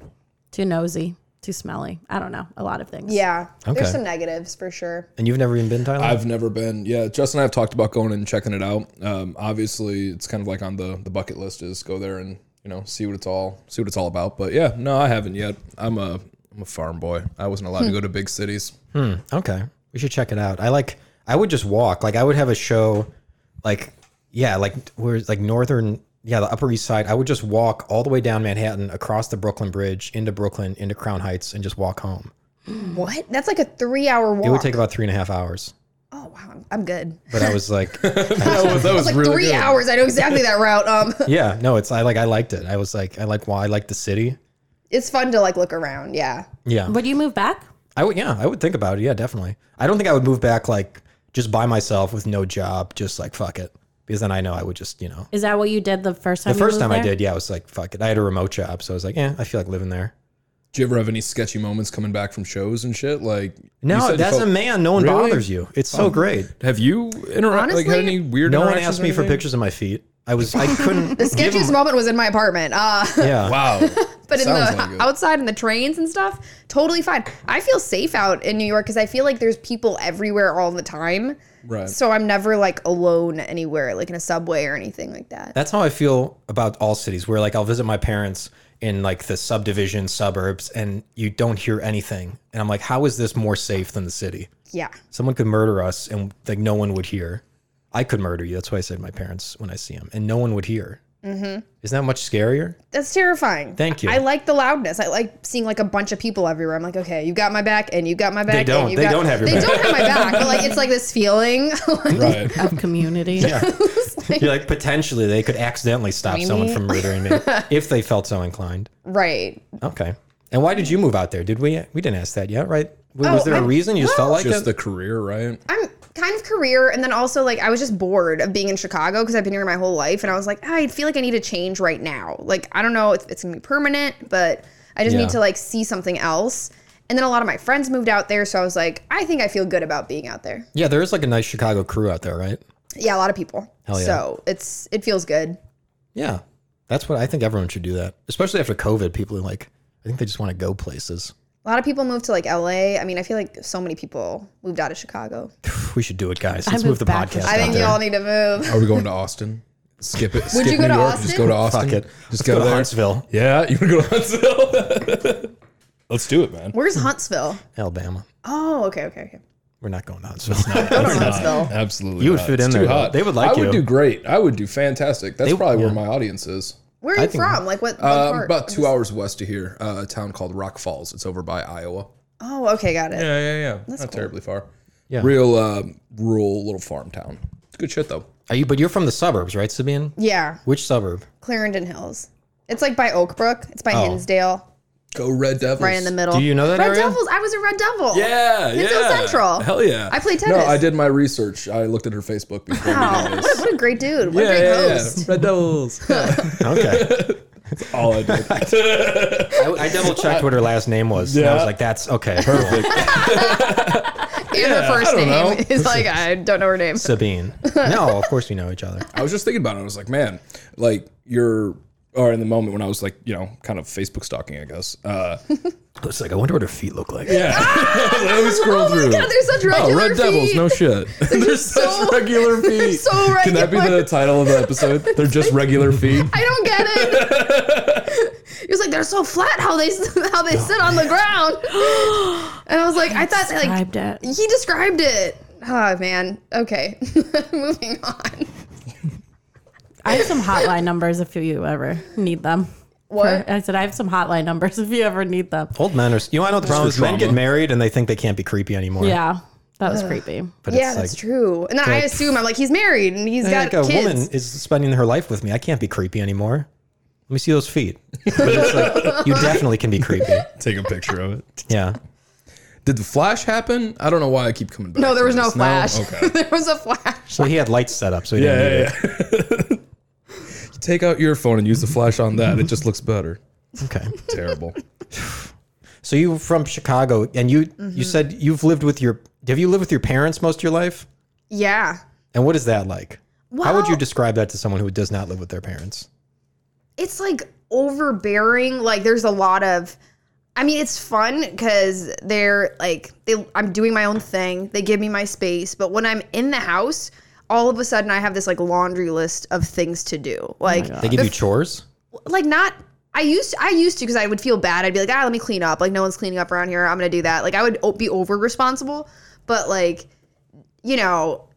C: too nosy, too smelly. I don't know. A lot of things.
D: yeah,
A: Okay.
D: there's some negatives for sure.
A: And you've never even been, Tyler?
B: I've never been. Yeah, Justin and I have talked about going and checking it out. Um, obviously, it's kind of like on the the bucket list is go there and you know see what it's all see what it's all about. But yeah, no, I haven't yet. I'm a I'm a farm boy. I wasn't allowed to go to big cities.
A: Okay. We should check it out. I like I would just walk. Like I would have a show like yeah, like where's like northern yeah, the Upper East Side. I would just walk all the way down Manhattan, across the Brooklyn Bridge, into Brooklyn, into Crown Heights, and just walk home.
D: What? That's like a three-hour walk.
A: It would take about three and a half hours.
D: oh wow, I'm- I'm good.
A: But I was like
B: that was, that was
D: It's like
B: really
D: three
B: good.
D: hours. I know exactly that route. Um,
A: Yeah, no, it's I like I liked it. I was like I like why I like the city.
D: it's fun to like look around. Yeah.
A: Yeah.
C: Would you move back?
A: I would yeah, I would think about it. Yeah, definitely. I don't think I would move back like just by myself with no job, just like fuck it. Because then I know I would just, you know,
C: Is that what you did the first time?
A: The
C: you
A: first
C: moved
A: time I
C: there?
A: did, yeah, I was like, fuck it. I had a remote job, so I was like, yeah, I feel like living there.
B: Do you ever have any sketchy moments coming back from shows and shit? Like you
A: No,
B: said you
A: that's a
B: felt-
A: man. No one
B: Really?
A: bothers you. It's so great.
B: Have you interact like had any
D: Honestly,
B: weird?
A: No one
B: interactions
A: asked
B: or
A: me for
B: anything?
A: pictures of my feet. I was, I couldn't.
D: The sketchiest moment was in my apartment. Uh,
A: yeah.
B: Wow,
D: but in the
B: Sounds like it.
D: outside in the trains and stuff, totally fine. I feel safe out in New York because I feel like there's people everywhere all the time.
B: Right.
D: So I'm never like alone anywhere, like in a subway or anything like that.
A: That's how I feel about all cities where like I'll visit my parents in like the subdivision suburbs and you don't hear anything. And I'm like, how is this more safe than the city?
D: yeah.
A: Someone could murder us and like no one would hear. I could murder you. That's why I said my parents when I see them and no one would hear.
C: Mm-hmm.
A: Isn't that much scarier?
D: That's terrifying.
A: Thank you.
D: I like the loudness. I like seeing like a bunch of people everywhere. I'm like, okay, you got my back, and you got my back.
A: don't.
D: And you
A: They
D: got,
A: don't have your
D: They
A: back.
D: don't have my back. But like, it's like this feeling. like,
B: Right.
C: of community.
A: You're like potentially they could accidentally stop someone from murdering me if they felt so inclined.
D: right.
A: Okay. And why did you move out there? Did we? We didn't ask that yet, right? W- Was
D: Oh,
A: there a
D: I-
A: reason you just felt like
B: Just
A: it?
B: the career, right?
D: I'm kind of career, and then also like I was just bored of being in Chicago because I've been here my whole life, and I was like, "Ah, I feel like I need a change right now. Like I don't know if it's gonna be permanent, but I just
A: Yeah.
D: need to like see something else. And then a lot of my friends moved out there, so I was like, I think I feel good about being out there.
A: yeah, there is like a nice Chicago crew out there, right?
D: Yeah, a lot of people.
A: Hell yeah.
D: So it's it feels good.
A: Yeah, that's what I think everyone should do. That especially after COVID, people are like, I think they just want to go places.
D: A lot of people moved to like LA. I mean, I feel like so many people moved out of Chicago.
A: We should do it, guys. Let's
C: moved
A: move the
C: back
A: podcast.
C: to
D: I
A: out
D: think
A: there.
D: you all need to move.
B: Are we going to Austin? Skip it. Skip
D: you go
B: New
D: to
B: York. Just go to Austin.
A: Fuck it.
B: Just
A: Let's go, to
B: there.
A: Huntsville,
B: Yeah, you want to go to Huntsville? Let's do it, man.
D: Where's Huntsville?
A: Alabama.
D: Oh, okay, okay, okay.
A: We're not going to Huntsville.
D: Go to Huntsville.
B: Absolutely,
A: You would
B: not.
A: fit
B: It's
A: in
B: too
A: there, though.
B: Hot.
A: They would like
B: I
A: you.
B: would do great. I would do fantastic. That's probably where my audience is.
D: Where are you
A: think-
D: from? Like what, what
B: Uh,
D: part?
B: about two hours west of here, uh, a town called Rock Falls. It's over by Iowa.
D: Oh, okay, got it.
B: Yeah, yeah, yeah. That's not terribly far.
A: Yeah.
B: Real um, rural little farm town. It's good shit though.
A: Are you? But you're from the suburbs, right, Sabian?
D: Yeah.
A: Which suburb?
D: Clarendon Hills. It's like by Oak Brook. It's by
A: Oh.
D: Hinsdale,
B: Go Red Devils.
D: right in the middle.
A: Do you know that
D: Red
A: area?
D: Devils. I was a Red Devil.
B: Yeah, yeah.
D: Hinsdale Central.
B: Hell yeah.
D: I played
B: No,
D: tennis.
B: I did my research. I looked at her Facebook before. we
D: Wow,
B: did
D: what,
B: this.
D: a, what a great dude. What
B: Yeah,
D: a great
B: yeah, yeah.
D: host.
B: Red Devils.
A: Okay.
B: All I did.
A: I, I double checked what her last name was. And I was
B: Yeah.
A: like, that's okay. Perfect.
D: And her first
B: I don't
D: name
B: know.
D: is like, I don't know her name.
A: Sabine. No, of course we know each other.
B: I was just thinking about it. I was like, man, like you're, or in the moment when I was like, you know, kind of Facebook stalking, I guess. Uh,
A: It's like, I wonder what her feet look like.
B: yeah. Let me scroll
D: Oh my
B: through.
D: God, they're such
B: Oh,
D: regular
B: Red Devils,
D: feet.
B: no shit. They're,
D: just
B: such
D: so-
B: regular feet.
D: so
B: Can that be
D: regular.
B: the title of the episode? They're just regular feet.
D: I don't get it. he was like, they're so flat how they how they sit on the ground. And I was like, I thought like
C: Described it.
D: he described it. Oh man. Okay. Moving on.
C: I have some hotline numbers if you ever need them.
D: What?
C: I said I have some hotline numbers if you ever need them.
A: Old men are, you know, I know the problem is men get
B: trauma.
A: married and they think they can't be creepy anymore.
C: Yeah, that was creepy.
A: But
D: yeah,
A: it's
D: that's
A: like,
D: true. And then I
A: like-
D: assume I'm like, he's married and he's
A: "Hey,
D: got
A: like a
D: kids.
A: woman is spending her life with me. I can't be creepy anymore. Let me see those feet. But it's like, you definitely can be creepy.
B: Take a picture of it.
A: Yeah.
B: Did the flash happen? I don't know why I keep coming back.
D: No, there
B: to
D: was no
B: this.
D: flash.
B: Okay.
D: there was a flash.
A: So he had lights set up. So he didn't need
B: Yeah, yeah, yeah. Take out your phone and use the flash on that. It just looks better.
A: it. Okay.
B: Terrible.
A: So you from Chicago and you,
D: Mm-hmm.
A: you said you've lived with your, have you lived with your parents most of your life?
D: Yeah.
A: And what is that like? How would you
D: Well-
A: describe that to someone who does not live with their parents?
D: It's like overbearing. Like there's a lot of I mean, it's fun because they're like they I'm doing my own thing. They give me my space, but when I'm in the house, all of a sudden I have this like laundry list of things to do. Like
A: They give you chores?
D: like not I used I used to because I would feel bad. I'd be like, ah, let me clean up. Like no one's cleaning up around here. I'm gonna do that. Like I would o- be over responsible, but like, you know,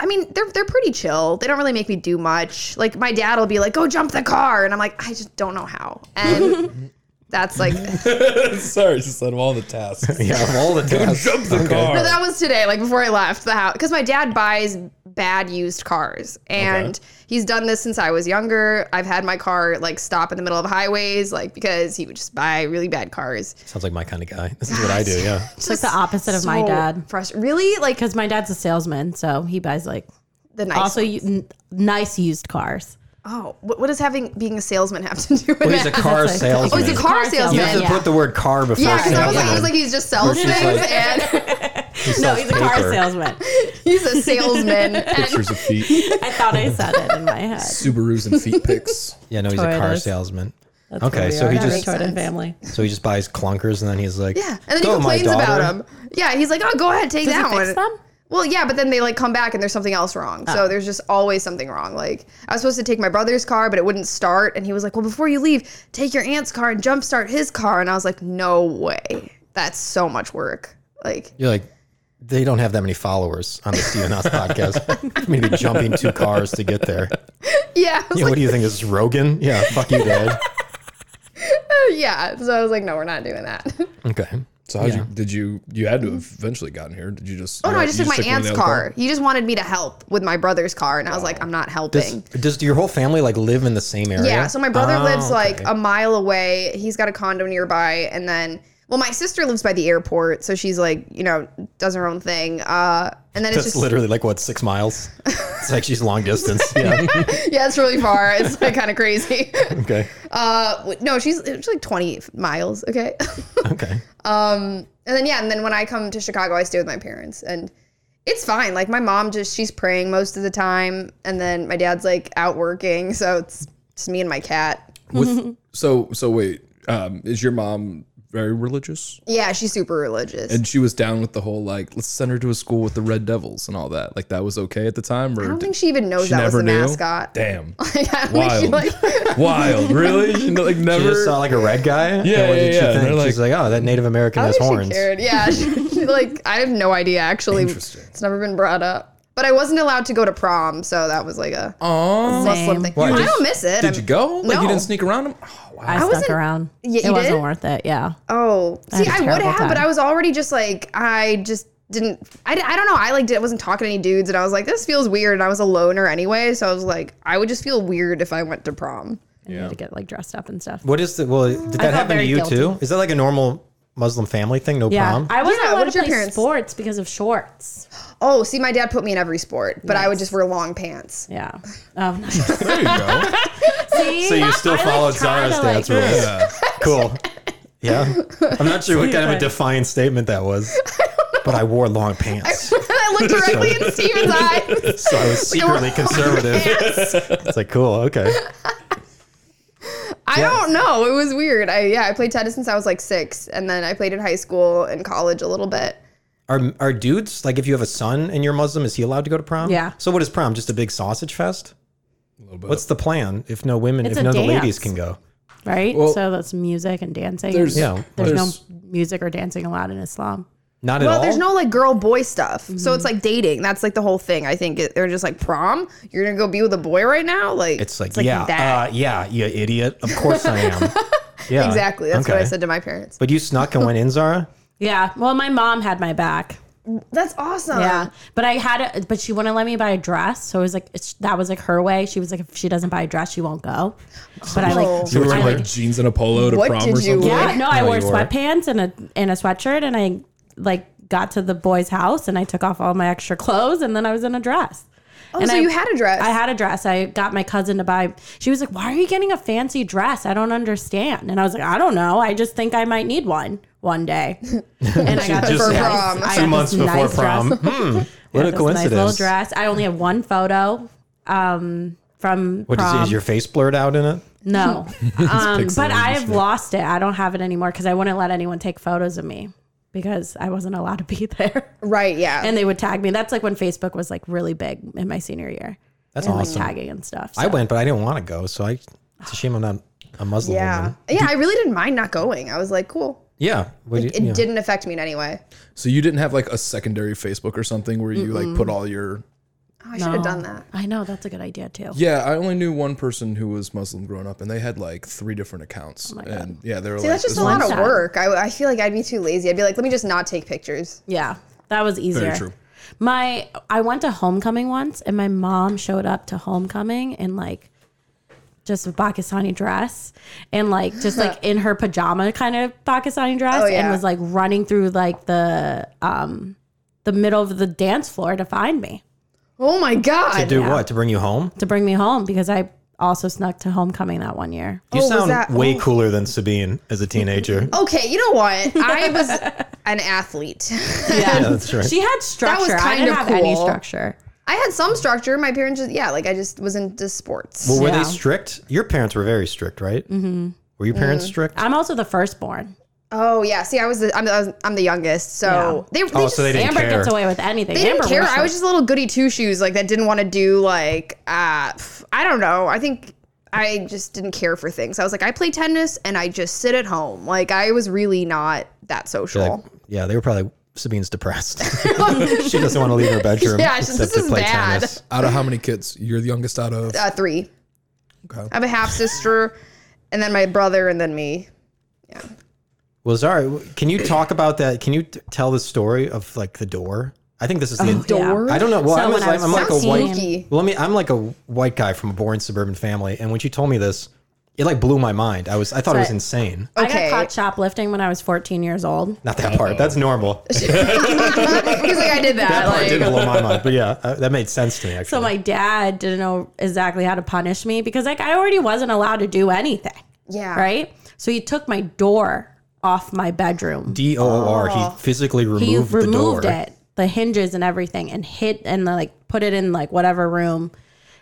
D: I mean they're they're pretty chill. They don't really make me do much. Like my dad will be like, go jump the car, and I'm like, I just don't know how. And that's like
B: Sorry, just out of all the tasks.
A: Yeah, of all the tasks.
B: Jump the car.
D: No, that was today, like before I left the house. Because my dad buys bad used cars. And he's done this since I was younger. I've had my car like stop in the middle of highways, like because he would just buy really bad cars.
A: Sounds like my kind of guy. This is what I do. Yeah.
C: It's like the opposite of my
D: So
C: dad
D: frust- really? Like
C: because my dad's a salesman, so he buys like
D: the nice.
C: also u- n- nice used cars.
D: oh, what, what does having being a salesman have to do with
A: Well, he's a
D: it?
A: car
C: That's like-
A: salesman.
D: Oh, he's a car salesman.
A: you have to
C: yeah.
A: put the word car before
D: yeah, because I was
A: salesman.
D: like, I was like, he's just selling
A: Versus,
D: things,
A: like-
D: and
A: He
C: No,
A: sells
C: Oh, he's a car
A: paper.
C: salesman.
D: he's a salesman. and
B: Pictures of feet,
C: I thought I said it in my head.
B: Subarus, and feet pics.
A: Yeah, no, he's a car
C: Toyotas.
A: salesman.
C: That's
A: Okay,
C: where we
A: so
C: are.
A: he
C: We're a
A: just-
C: retarded family.
A: So he just buys clunkers and then he's like,
D: Yeah, and then
A: "Go,
D: he
A: Oh, my
D: complains about
A: daughter."
D: them. Yeah, he's like, "Oh, go ahead, take
C: Does
D: that
C: he
D: one."
C: fix them? Ah.
D: Well, yeah, but then they like come back and there's something else wrong. So there's just always something wrong. Like I was supposed to take my brother's car, but it wouldn't start, and he was like, "Well, before you leave, take your aunt's car and jump start his car." And I was like, "No way, that's so much work." Like,
A: You're like, they don't have that many followers on the Steven House podcast. Maybe jumping two cars to get there.
D: yeah, I was
A: Yeah,
D: like,
A: what do you think? This is Rogan? Yeah, fuck you, Dad.
D: yeah. So I was like, "No, we're not doing that."
A: Okay.
B: So how you, did you? You had to have eventually gotten here. Did you just?
D: oh no, I
B: you
D: just took my
B: one of
D: aunt's
B: the
D: car.
B: other
D: He just wanted me to help with my brother's car, and I was like, "I'm not helping."
A: Does, does your whole family like live in the same area?
D: Yeah. So my brother
A: Oh,
D: lives like
A: okay.
D: a mile away. He's got a condo nearby, and then well, my sister lives by the airport, so she's like, you know, does her own thing. Uh, and then it's
A: That's
D: just
A: literally like what six miles. It's like she's long distance. Yeah.
D: yeah, it's really far. It's like kind of crazy.
A: Okay.
D: Uh, w- no, she's it's like 20 miles. Okay.
A: Okay.
D: and then yeah, and then when I come to Chicago, I stay with my parents, and it's fine. Like my mom just she's praying most of the time, and then my dad's like out working, so it's just me and my cat.
B: With, so so wait, um, is your mom very religious?
D: Yeah, she's super religious.
B: And she was down with the whole like, let's send her to a school with the Red Devils and all that. Like that was okay at the time, or
D: I don't
B: did-
D: think she even knows
B: she
D: that was
B: never
D: the
B: knew.
D: mascot.
B: Damn,
D: Like, I don't think she,
B: Wild.
D: like-
B: wild, really? She, like
A: She just
B: never.
A: saw like a red guy.
B: Yeah,
A: And what did
B: yeah,
A: she
B: yeah.
A: think?
B: They're
A: She's like, oh, that Native American
D: I
A: has
D: don't think she
A: horns.
D: cared. Yeah, she- she, like I have no idea actually.
B: Interesting.
D: It's never been brought up. But I wasn't allowed to go to prom, so that was like a
B: Aw.
D: Muslim
C: Same.
D: thing.
A: Why,
D: I
A: did-
D: don't miss it.
B: Did
D: I'm-
B: you go? Like you
D: No.
B: didn't sneak around him? Oh, wow.
C: I
D: wasn't-
C: stuck around.
D: Yeah, you
C: it wasn't
D: did?
C: worth it. Yeah.
D: Oh,
C: had a
D: see, I would
C: terrible
D: have, but
C: time.
D: I was already just like I just didn't. I, I don't know. I like did, wasn't talking to any dudes, and I was like, this feels weird. And I was a loner anyway, so I was like, I would just feel weird if I went to prom.
C: And you had to get like dressed up and stuff.
A: What is the? Well, did that
C: felt
A: happen to
C: very
A: you
C: guilty.
A: too? Is that like a normal Muslim family thing? No
C: Yeah.
A: prom.
C: I wasn't
D: Yeah, what
C: allowed
D: did
C: to
D: your
C: play
D: parents-
C: sports because of shorts.
D: Oh, see, my dad put me in every sport, but I would
C: Nice.
D: just wear long pants.
C: Yeah. Oh, no.
B: There you go.
C: See?
A: so you still
C: I, like,
A: followed
C: tried
A: Zara's
C: to, like-
A: dance rules. Cool. Yeah. I'm not sure what kind of a
C: Right.
A: defiant statement that was, but I wore long pants,
D: I looked directly in Steven's eyes.
A: so I was secretly conservative. It's like cool. Okay.
D: I don't know. It was weird. I yeah, I played tennis since I was like six, and then I played in high school and college a little bit.
A: Are are dudes like if you have a son and you're Muslim, is he allowed to go to prom?
C: Yeah.
A: So what is prom? Just a big sausage fest? What's the plan if no women,
C: It's
A: if
C: a
A: none of the ladies
C: dance.
A: can go?
C: Right?
B: Well-
C: so that's music and dancing.
B: There's
A: Yeah.
C: there's,
B: there's-
C: no music or dancing allowed in Islam.
A: Not at
D: Well,
A: all. Mm-hmm.
D: there's no like girl boy stuff, so it's like dating. That's like the whole thing. I think It- they're just like prom. You're gonna go be with a boy right now? Like
A: It's like,
D: like
A: yeah,
D: that.
A: uh, yeah, you idiot. Of course I am. Yeah,
D: exactly. That's what I
A: okay.
D: said to my parents.
A: But you snuck and went in, Zara.
C: Yeah. Well, my mom had my back.
D: That's awesome.
C: Yeah, but I had it, but she wouldn't let me buy a dress. So it was like it's, that was like her way. She was like, if she doesn't buy a dress, she won't go. But I
D: Oh.
C: like,
B: You were
C: I
B: wearing like
C: like,
B: jeans and a polo to
D: What
B: prom
D: did
B: or
D: you
B: something.
D: wear?
C: yeah, no, I
A: No,
C: wore
A: you wore it.
C: sweatpants and a and a sweatshirt, and I like got to the boy's house and I took off all my extra clothes, and then I was in a dress.
D: Oh,
C: and
D: so
C: I-
D: you had a dress.
C: I had a dress. I got my cousin to buy. She was like, "Why are you getting a fancy dress? I don't understand." And I was like, "I don't know. I just think I might need one one day." And I got this
A: just-
D: For
C: nice-
D: prom.
C: I
D: Two
C: got this nice dress.
A: Hmm, what
C: Yeah,
A: a
C: this nice
A: coincidence.
C: little dress. I only have one photo um, from
A: What is,
C: prom.
A: is your face blurred out in it?
C: no, um,
A: pixelated
C: but I
A: and
C: have lost it. I don't have it anymore because I wouldn't let anyone take photos of me because I wasn't allowed to be there,
D: right. Yeah.
C: and they would tag me. That's like when Facebook was like really big in my senior year.
A: That's
C: and
A: awesome.
C: Like tagging and stuff.
A: I went, but I didn't want to go. So I, it's a shame I'm not a Muslim
D: yeah.
A: woman.
D: Yeah. I really didn't mind not going. I was like, cool.
A: Yeah. What do you-
D: It
A: yeah.
D: didn't affect me in any way.
B: So you didn't have like a secondary Facebook or something where you like put all your
D: Oh, I should have done that.
C: I know that's a good idea too.
B: Yeah, I only knew one person who was Muslim growing up, and they had like three different accounts. and yeah, they were
D: Oh See,
B: like,
D: that's just
B: this
D: a lot
B: one's-
D: of
C: sad.
D: work. I, I feel like I'd be too lazy. I'd be like, let me just not take pictures.
C: Yeah, that was easier.
B: true.
C: My I went to homecoming once, and my mom showed up to homecoming in like just a Pakistani dress and like just like in her pajama kind of Pakistani dress,
D: Oh, yeah.
C: and was like running through like the um the middle of the dance floor to find me
D: Oh my god.
A: Do what? To bring you home?
D: Oh,
C: to bring me home because I also snuck to homecoming that one year.
A: You
D: Oh, was
A: sound
D: that-
A: way
D: oh.
A: cooler than Sabine as a teenager.
D: Okay, you know what? I was an athlete.
A: Yeah, that's right.
C: She had structure. I
D: kind
C: didn't
D: of
C: have any
D: cool.
C: structure.
D: I had some structure. My parents just yeah, like I just was into sports.
A: Well, were
C: Yeah.
A: they strict? Your parents were very strict, right? Mm-hmm. Were your
D: Mm.
A: parents strict?
C: I'm also the firstborn.
D: Oh yeah. See, I was the I'm the, I'm the youngest, so they, they
A: Oh,
D: just,
A: so they didn't
C: Amber
A: care.
C: gets away with anything.
D: They didn't
C: Amber
D: care.
C: works
D: I
C: for-
D: was just a little goody two shoes, like that didn't want to do like uh pff, I don't know. I think I just didn't care for things. I was like, I play tennis and I just sit at home. Like I was really not that social.
A: Like, yeah, they were probably Sabine's depressed. she doesn't want to leave her bedroom
D: Yeah, she's-
A: except
D: this
A: to
D: is
A: play
D: bad.
A: tennis.
B: Out of how many kids? You're the youngest out of.
D: uh, three.
B: Okay.
D: I have a half sister, and then my brother, and then me.
A: Well, Zara, can you talk about that? Can you t- tell the story of like the door? I think this is the
D: door?
A: I don't know. Well,
C: So
A: I was,
C: when I
A: like, I'm like
C: was
A: a white.
C: 16.
D: Spooky.
A: Well, let me. I'm like a white guy from a boring suburban family, and when she told me this, it like blew my mind. I was, I thought it was
C: Sorry.
A: insane.
C: I
D: Okay.
C: got caught shoplifting when I was 14 years old.
A: Not that part. That's normal.
D: He's like, I did that.
A: That part
D: like,
A: didn't blow my mind, but yeah, uh, that made sense to me. Actually,
C: So my dad didn't know exactly how to punish me because like I already wasn't allowed to do anything,
D: yeah.
C: right? So he took my door off my bedroom.
A: D O O R. He physically removed,
C: Oh. he
A: the door.
C: removed it, the hinges and everything, and hit and like put it in like whatever room.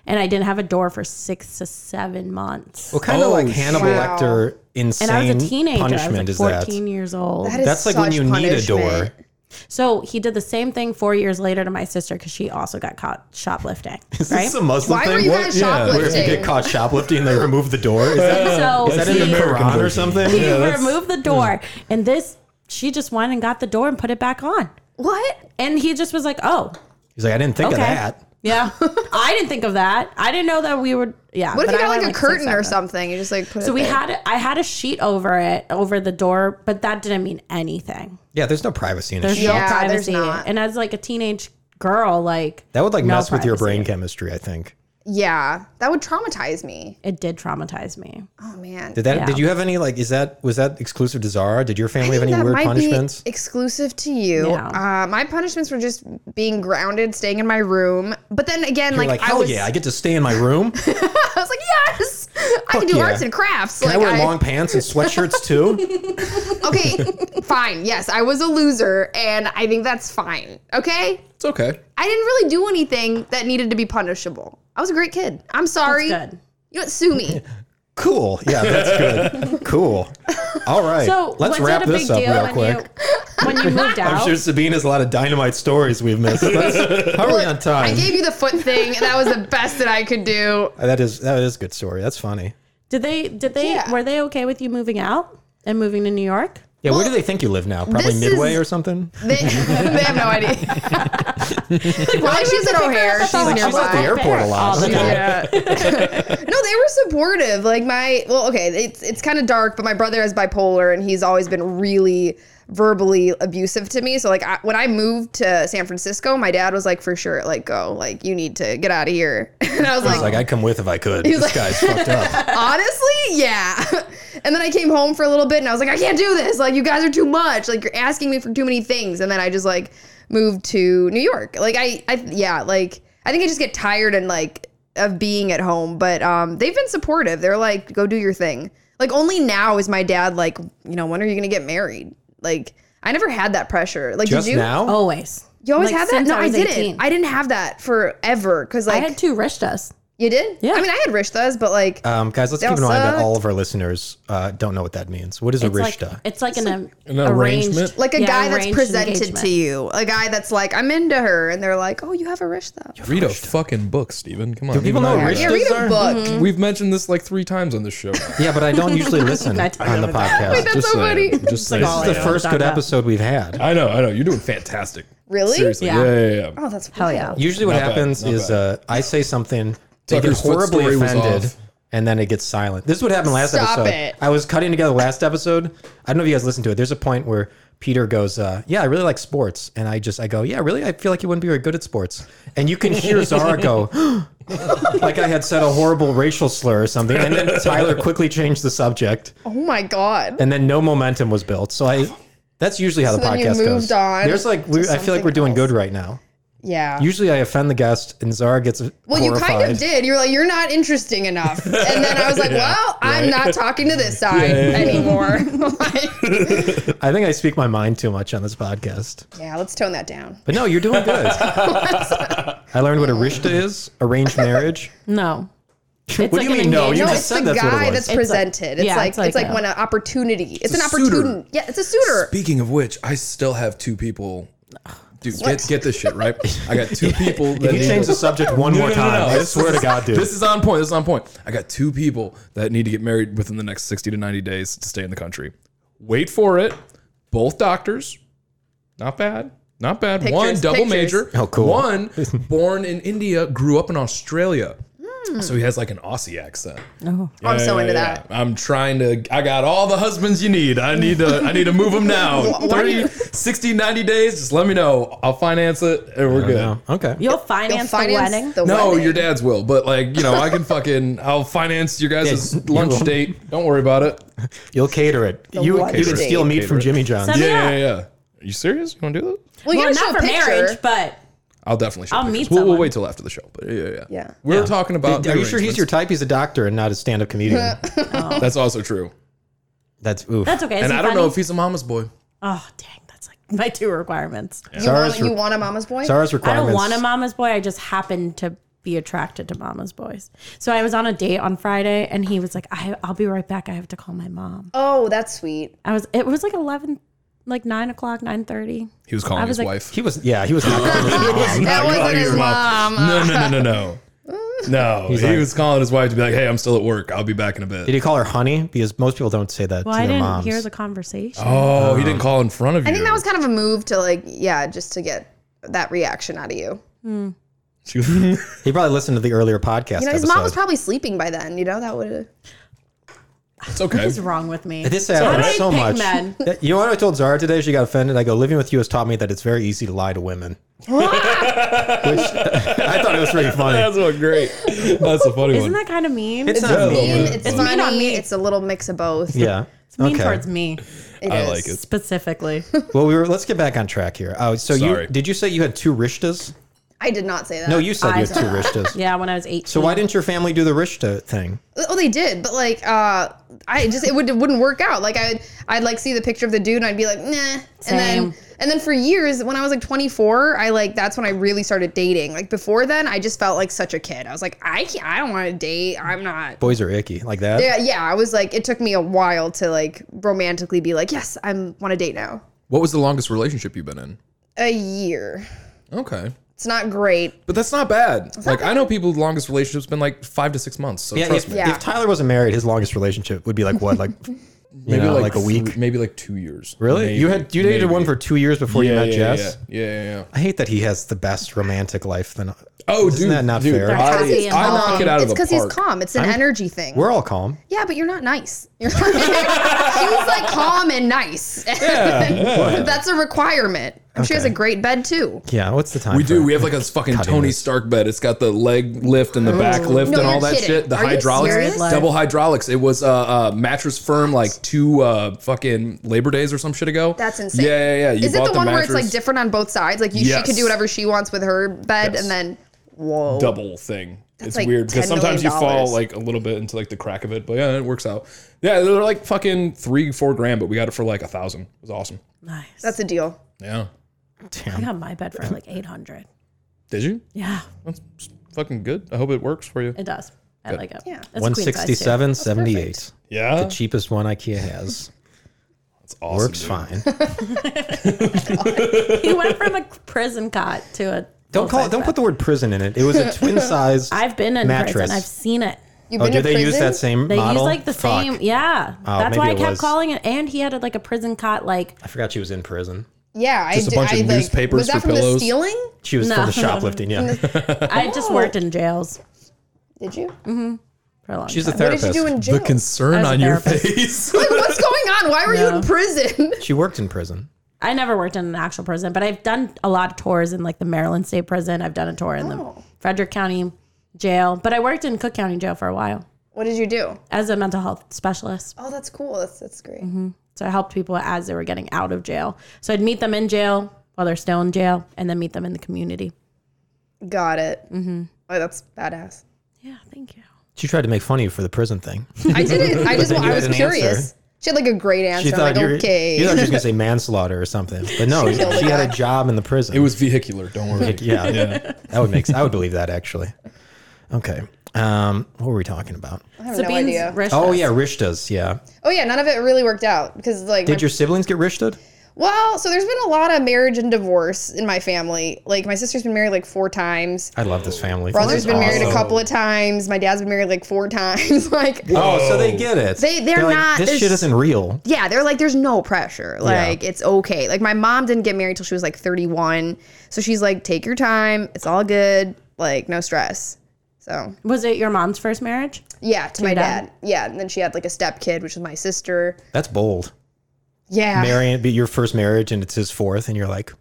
C: And I didn't have a door for six to seven months.
A: What kind of like
B: Oh,
A: Hannibal
D: wow.
A: Lecter insane
C: And I was a teenager.
A: punishment
C: I was
A: is
C: like
A: that?
C: 14 years old.
D: That is
A: That's like when
D: such
A: you need a door.
D: punishment.
C: so he did the same thing four years later to my sister because she also got caught shoplifting.
A: Is
C: right?
A: this a Muslim
D: Why
A: thing?
D: were you
A: What?
D: guys
B: Yeah,
A: Where if you
D: shoplifting?
A: get caught shoplifting and they remove the door? Is that,
C: so
A: is that in
C: he-
A: the
B: American
A: Quran or
B: version.
A: something?
C: He
B: Yeah, that's-
C: removed the door, and this she just went and got the door and put it back on,
D: What?
C: and he just was like, "Oh,
A: He's like, I didn't think
C: okay,
A: of that.
C: yeah." I didn't think of that. I didn't know that we were. Yeah.
D: What if
C: but
D: you
C: I
D: got like
C: went,
D: a
C: six
D: curtain or
C: seven.
D: something? You just like put.
C: So
D: it
C: we
D: there.
C: had I had a sheet over it over the door, but that didn't mean anything.
A: Yeah, there's no privacy in a
C: There's
A: shop.
C: no
D: Yeah, there's
C: privacy,
D: not.
C: and as like a teenage girl, like
A: That would like
C: no
A: mess with your
C: privacy.
A: brain chemistry. I think.
D: Yeah, that would traumatize me.
C: It did traumatize me.
D: Oh man.
A: Did that?
C: Yeah.
A: Did you have any like? Is that was that exclusive to Zara? Did your family have
D: think
A: any
D: that
A: weird
D: might
A: punishments?
D: Be exclusive to you.
C: Yeah.
D: Uh, my punishments were just being grounded, staying in my room. But then again,
A: You're
D: like,
A: like,
D: I
A: hell
D: was,
A: yeah! I get to stay in my room. Can
D: I was like, yes, I can
A: Fuck
D: do
A: yeah.
D: arts and crafts.
A: I
D: like,
A: wear long pants and sweatshirts too?
D: okay, fine. Yes, I was a loser, and I think that's fine. Okay,
B: It's okay.
D: I didn't really do anything that needed to be punishable. I was a great kid. I'm sorry.
C: Good.
D: You don't sue me.
A: cool. Yeah, that's good. cool. All right.
C: So
A: let's
C: was
A: wrap
C: it a big
A: this up
C: deal
A: real
C: when
A: quick.
C: you when you moved out?
A: I'm sure Sabine has a lot of dynamite stories we've missed. Let's, how are we on
D: I
A: time?
D: gave you the foot thing, and that was the best that I could do.
A: that is that is a good story. That's funny.
C: Did they? Did they?
D: Yeah.
C: Were they okay with you moving out and moving to New York?
A: Yeah, where do they think you live now? Probably
D: this
A: Midway
D: is-
A: or something.
D: They, they have no idea. like, why she's at O'Hare? She's
A: like, she's at the
D: nearby.
A: airport a lot.
C: Oh,
A: Okay.
C: yeah.
D: Yeah. no, they were supportive. Like my well, okay, it's it's kind of dark, but my brother is bipolar, and he's always been really verbally abusive to me. So like I, when I moved to San Francisco, my dad was like, for sure, like go, like you need to get out of here, and I was
A: He's like, I'd come with if I could. This
D: like-
A: guy's fucked up.
D: honestly, yeah. and then I came home for a little bit and I was like, I can't do this. Like, you guys are too much. Like, you're asking me for too many things. And then I just like moved to New York. Like, I, I yeah, like, I think I just get tired and like of being at home. But um, they've been supportive. They're like, go do your thing. Like, only now is my dad like, you know, when are you going to get married? Like, I never had that pressure. Like,
A: Just
D: did you?
A: now?
C: Always.
D: You always
C: Like,
D: had that?
C: since
D: No, I,
C: was
D: didn't.
C: 18.
D: I didn't have that forever. Cause like,
C: I had two rishtas.
D: you did?
C: Yeah.
D: I mean, I had rishtas, but like,
A: Um, guys, let's
D: They
A: keep in
D: all
A: mind that
D: sucked.
A: all of our listeners uh, don't know what that means. What is a
C: It's like
A: rishta?
C: it's like an, um,
B: an arrangement?
C: arranged-
D: like a
C: yeah,
D: guy that's
C: arranged
D: presented
C: engagement.
D: to you, a guy that's like, I'm into her, and they're like, oh, you have a rishta.
B: Read a fucking book, Steven. Come on.
A: Do people
B: even
A: know
B: I-
A: what
D: Yeah, read
A: rishtas
D: a
A: are?
D: book.
C: Mm-hmm.
B: We've mentioned this like three times on this show.
A: Yeah, but I don't usually listen
C: I
A: on
C: don't
A: the
C: know that.
A: podcast.
D: Wait, that's
B: Just
D: so
B: saying.
D: funny.
B: Just saying.
A: this is the
C: Yeah.
A: first good
C: Yeah.
A: episode we've had.
B: I know, I know. You're doing fantastic.
D: Really?
B: Seriously.
C: Yeah.
B: Yeah, yeah, yeah. yeah.
D: Oh, that's
C: Hell yeah.
A: Usually, what
B: Not bad,
A: happens
B: not
A: is
B: bad.
A: uh, I say something, they get
B: Tucker's foot
A: horribly
B: story was
A: offended,
B: off.
A: and then it gets silent. This is what happened last
D: Stop
A: episode.
D: it.
A: I was cutting together last episode. I don't know if you guys listened to it. There's a point where Peter goes, uh, "Yeah, I really like sports," and I just I go, "Yeah, really? I feel like you wouldn't be very good at sports." And you can hear Zara go. like I had said a horrible racial slur or something, and then Tyler quickly changed the subject,
D: Oh my god.
A: and then no momentum was built. So I, that's usually how the
D: then you
A: podcast goes.
D: moved on
A: There's like we, I feel like
D: something
A: we're doing
D: else.
A: good right now.
D: Yeah.
A: Usually I offend the guest and Zara gets
D: well, you
A: horrified.
D: kind of did. You were like, you're not interesting enough. And then I was like, well, I'm not talking to this side anymore. Like,
A: I think I speak my mind too much on this podcast.
D: yeah, let's tone that down.
A: But no, you're doing good. I learned what a rishta is, arranged marriage.
C: No.
A: what do
C: like
A: you
C: an
A: mean? No, you
C: engagement.
D: No,
C: I
A: just
D: it's the
A: said that's what
D: guy
A: it
D: that's
A: was.
C: like-
D: presented. It's
C: yeah,
D: like
C: it's like
D: it's like
C: a-
D: when an opportunity. It's, an
B: a suitor.
D: opportunity. Yeah, it's a suitor.
B: Speaking of which, I still have two people. Dude, get, get this shit right. I got two people. that
A: If you
B: need-
A: change the subject one
B: No,
A: more
B: no, no, no,
A: time,
B: no.
A: I swear to God, dude.
B: This is on point. This is on point. I got two people that need to get married within the next 60 to 90 days to stay in the country. Wait for it. Both doctors. Not bad. Not bad. One
D: Pictures,
B: double
D: pictures.
B: major.
A: Oh, cool.
B: One born in India, grew up in Australia. So he has like an Aussie accent.
D: Hmm. Oh, I'm so
B: Yeah,
D: into
B: yeah,
D: that.
B: yeah. I'm trying to. I got all the husbands you need. I need to. I need to move them now.
D: Why do
B: 30,
D: you-
B: 60, 90 days. Just let me know. I'll finance it, and we're good.
A: No, okay.
C: You'll
D: You'll
C: finance,
D: finance
C: the wedding.
D: the
B: No,
D: wedding.
B: your dad's will, but like you know, I can fucking. I'll finance your guys'
A: Yeah, you
B: lunch
A: will.
B: date. Don't worry about it.
A: You'll cater it. You
D: lunch
A: you can
D: date.
A: steal meat
B: Cater
A: from
B: it.
A: Jimmy John's.
C: Send
B: Yeah,
C: me
B: yeah,
C: up.
B: yeah. Are you serious? You want to do that?
D: Well, you
C: Well,
D: gotta show
C: not
D: a
C: for
D: picture.
C: marriage, but
B: I'll definitely. Show
C: I'll
B: pictures.
C: meet
B: We'll, we'll
C: someone.
B: wait till after the show, but yeah, yeah, yeah.
D: Yeah.
B: We We're talking about.
A: Are you sure he's your
B: arrangements.
A: type? He's a doctor and not a stand-up comedian.
B: That's also true.
A: That's oof.
C: that's okay.
B: And I don't know if he's a mama's boy.
C: Oh dang, that's like my two requirements.
D: You
A: Sarah's
D: want, you
A: re-
D: want a mama's boy?
A: Sarah's
C: I
A: requirements.
C: don't want a mama's boy. I just happen to be attracted to mama's boys. So I was on a date on Friday, and he was like, I, "I'll be right back. I have to call my mom."
D: Oh, that's sweet.
C: I was. It was like eleven, like nine o'clock, nine thirty.
B: He was calling
C: was
B: his
C: like-
B: wife.
A: He was yeah. He was not calling his mom.
D: That wasn't his mom.
B: No, no, no, no, no. No, he
A: like-
B: was calling his wife to be like, "Hey, I'm still at work. I'll be back in a bit."
A: Did he call her honey? Because most people don't say that
C: Well,
A: to
C: I
A: their
C: didn't
A: moms.
C: hear the conversation.
B: oh, he didn't call in front of you.
D: I think that was kind of a move to like, yeah, just to get that reaction out of you.
B: She was-
A: he probably listened to the earlier podcast
D: You know, his
A: episode.
D: mom was probably sleeping by then. You know, that would.
B: it's okay.
C: What's wrong with me?
A: this happened
C: Why do
A: so
C: they pick
A: much.
C: men?
A: You know what I told Zara today? She got offended. I go, living with you has taught me that it's very easy to lie to women. Which I thought it was pretty funny.
B: That's what great. That's a funny one.
C: Isn't that kind of mean?
A: It's
C: It's,
A: not
B: Yeah.
A: mean.
D: It's,
B: It's
D: funny.
C: mean on me.
D: It's a little mix of both.
A: Yeah.
C: mean
A: okay.
C: towards me
B: I like it.
C: specifically.
A: Well, we were. Let's get back on track here. Oh, so
B: Sorry.
A: you did you say you had two rishtas?
D: I did not say that.
A: No, you said you
C: I
A: had two
C: said
A: rishtas.
C: yeah, when I was eighteen.
A: So why didn't your family do the rishta thing?
D: Oh, they did, but like, uh, I just it would it wouldn't work out. Like I'd I'd like see the picture of the dude, and I'd be like, nah. And then
C: Same.
D: and then for years, when I was like 24, I like that's when I really started dating. Like before then, I just felt like such a kid. I was like, I can't, I don't want to date. I'm not.
A: Boys are icky like that.
D: Yeah, yeah. I was like, it took me a while to like romantically be like, yes, I'm want to date now.
B: What was the longest relationship you've been in?
D: A year.
B: Okay.
D: It's not great.
B: But that's not bad. like I know people with longest relationships been like five to six months. So
A: Yeah,
B: trust
A: if,
B: me.
D: Yeah.
A: if Tyler wasn't married, his longest relationship would be like what, like you
B: Maybe
A: know, like,
B: like,
A: a week.
B: three- maybe like two years.
A: Really?
B: Maybe.
A: you had you dated
B: Maybe.
A: one for two years before you
B: yeah,
A: met
B: yeah,
A: Jess.
B: Yeah, yeah, yeah. yeah.
A: I hate that he has the best romantic life. Then
B: Oh,
A: Isn't
B: dude,
A: that not
B: dude,
A: fair?
B: I,
C: Happy and
B: I
C: calm.
B: knock it out of
D: it's
B: the park.
D: because he's calm. It's an energy thing.
A: we're all calm.
D: Yeah, but you're not nice. You're not, she's like calm and nice. That's a requirement. And She has a
A: Okay.
D: great bed too.
A: Yeah. What's the time?
B: We do.
A: frame?
B: We have like a fucking Tony
A: this.
B: Stark bed. It's got the leg lift and the back lift
D: Oh. No,
B: and all
D: you're
B: that
D: kidding.
B: shit. The
D: Are you
B: hydraulics,
D: serious?
B: double hydraulics. It was uh, uh, mattress firm like two uh, fucking Labor Days or some shit ago.
D: That's insane.
B: Yeah, yeah, yeah. You
D: Is it
B: bought
D: the one where it's like
B: mattress
D: different on both sides? Like you, she could
B: Yes.
D: do whatever she wants with her bed,
B: Yes.
D: and then whoa,
B: double thing? it's
D: Oh. like
B: weird because
D: $10
B: sometimes you
D: million.
B: fall like a little bit into like the crack of it, but yeah, it works out. Yeah, they're like fucking three, four grand, but we got it for like a thousand. It was awesome.
C: nice.
D: that's a deal.
B: Yeah.
C: I got Oh my bed for like eight hundred.
B: Did you?
C: Yeah,
B: That's fucking good. I hope it works for you.
C: it does. I like it.
D: Yeah.
C: It's a queen size, too. Oh,
A: 167, 78.
B: Yeah.
A: The cheapest one IKEA has.
B: That's awesome.
A: Works
B: dude.
A: fine.
C: He went from a prison cot to a.
A: Don't call it, don't put the word prison in it. It was a twin size.
C: I've been in
A: mattress.
C: prison. I've seen it.
D: You've
A: oh,
D: been
A: do
D: to
A: they use
D: prison?
A: that same
C: They
A: model?
C: use like the
A: Fuck.
C: same. Yeah,
A: Oh,
C: that's why I
A: maybe it
C: kept
A: was.
C: calling it. And he had a, like a prison cot, like
A: I forgot she was in prison.
D: Yeah, I
B: Just a
D: did-
B: bunch of
D: I, like-
B: newspapers
D: Was that
B: for
D: from the
B: pillows?
D: stealing?
A: She was for
C: No.
A: the shoplifting. Yeah,
C: I
A: Oh.
C: just worked in jails
D: Did you?
C: for a long
A: she's a
C: time.
D: What did
A: therapist.
D: you do in jail?
B: The concern
C: As a
B: on your
C: therapist.
B: face.
D: like, what's going on? Why were you in
C: No.
D: prison?
A: she worked in prison.
C: I never worked in an actual prison, but I've done a lot of tours in like the Maryland State Prison. I've done a tour in
D: Oh.
C: the Frederick County Jail, but I worked in Cook County Jail for a while
D: what did you do?
C: as a mental health specialist.
D: Oh, that's cool. That's that's great.
C: So I helped people as they were getting out of jail. So I'd meet them in jail while they're still in jail, and then meet them in the community.
D: Got it. Mm-hmm. Oh, that's badass.
C: Yeah, thank you.
A: She tried to make fun of you for the prison thing.
D: I didn't. I just.
A: then you
D: I
A: had
D: was
A: an
D: curious.
A: answer.
D: She had like a great answer.
A: She
D: I'm
A: thought,
D: like,
A: you were,
D: okay.
A: you thought she was going to say manslaughter or something, but no, she had a job in the prison.
B: It was vehicular. Don't worry.
A: yeah, that would make. s- I would believe that actually. Okay, Um, what were we talking about?
D: I have no
C: Sabine's
D: idea.
C: rich
A: Oh
C: list.
A: yeah, rishtas. Yeah.
D: oh yeah, none of it really worked out because like my
A: Did your siblings get rishtad?
D: Well, so there's been a lot of marriage and divorce in my family. Like my sister's been married like four times.
A: I love this family.
D: Brother's been married a
A: Awesome.
D: couple of times. My dad's been married like four times. like
A: Oh, so they get it.
D: They- they're
A: like,
D: not-
A: This
D: there's-
A: shit isn't real.
D: yeah, they're like there's no pressure. Like it's okay. Like my mom didn't get married till she was like 31. So she's like take your time. It's all good. Like no stress. So,
C: Was it your mom's first marriage?
D: yeah, to, my
C: dad?
D: dad. Yeah, and then she had like a stepkid, which is my sister.
A: That's bold.
D: Yeah.
A: Marrying be your first marriage and it's his fourth, and you're like,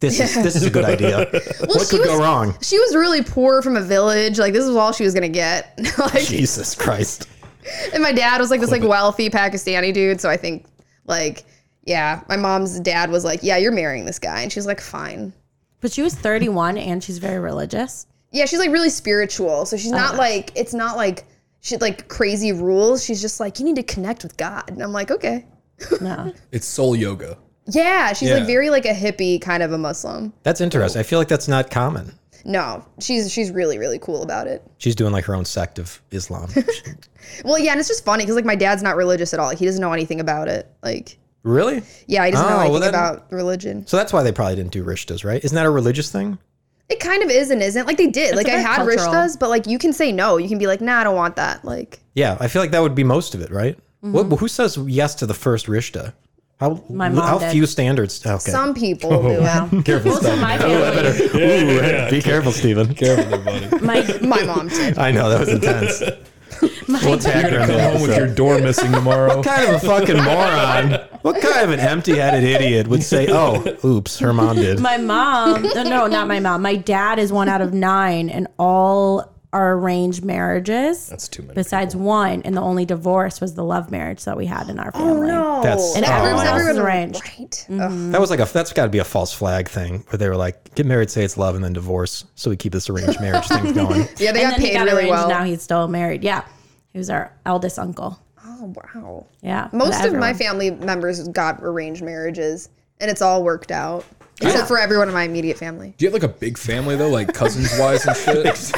A: this is this is a good idea. what
D: she
A: could go
D: was-
A: wrong?
D: She was really poor from a village. Like this was all she was going to get. like
A: Jesus Christ.
D: And my dad was like this like wealthy Pakistani dude, so I think like yeah, my mom's dad was like, "Yeah, you're marrying this guy." And she's like, "Fine."
C: But she was 31 and she's very religious.
D: Yeah, she's like really spiritual. So she's
C: Uh-huh.
D: not like it's not like she like crazy rules. She's just like, "You need to connect with God." And I'm like, "Okay."
C: No.
B: It's soul yoga.
D: Yeah, she's
B: Yeah.
D: like very like a hippie kind of a Muslim.
A: That's interesting. I feel like that's not common.
D: No, she's she's really really cool about it.
A: She's doing like her own sect of Islam.
D: Well, yeah, and it's just funny cuz like my dad's not religious at all. He doesn't know anything about it. Like
A: really?
D: yeah, he doesn't
A: Oh,
D: know
A: well,
D: anything
A: then-
D: about religion.
A: So that's why they probably didn't do rishtas, right? Isn't that a religious thing?
D: It kind of is and isn't. Like they did. like I
C: very
D: had
C: cultural.
D: rishtas, but like you can say no. You can be like, nah, I don't want that. Like
A: Yeah, I feel like that would be most of it, right? What, who says yes to the first rishta? How
C: Mm-hmm. My mom
A: how
C: did.
A: few standards? Okay,
D: some people do it.
A: careful,
C: Most of
A: Stephen.
C: my family,
A: Be careful, Stephen.
B: Careful there, buddy. You're
C: my,
D: My mom did.
A: I know that was intense. We'll tag her
B: gonna
A: in
B: come
A: the
B: home with your
A: episode.
B: door missing tomorrow.
A: What kind of a fucking moron? What kind of an empty-headed idiot would say, "Oh, oops, her mom did"?
C: my mom, no, no, not my mom. My dad is one out of nine, and all are arranged marriages
B: That's too many.
C: besides one. And the only divorce was the love marriage that we had in our
D: Oh,
C: family.
A: That's-
C: And
A: Oh.
C: everyone else is
D: Everyone-
C: arranged. Mm-hmm.
D: Right.
A: That was like a that's got to be a false flag thing where they were like, "Get married, say it's love, and then divorce," so we keep this arranged marriage thing going.
D: Yeah, they
C: and
D: got
C: then he
D: paid
C: got
D: really
C: arranged.
D: well.
C: Now he's still married. Yeah. He was our eldest uncle.
D: Oh wow.
C: Yeah.
D: Most of my
C: everyone.
D: family members got arranged marriages, and it's all worked out, except for everyone in my immediate family.
B: Do you have like a big family though, like cousins wise and shit?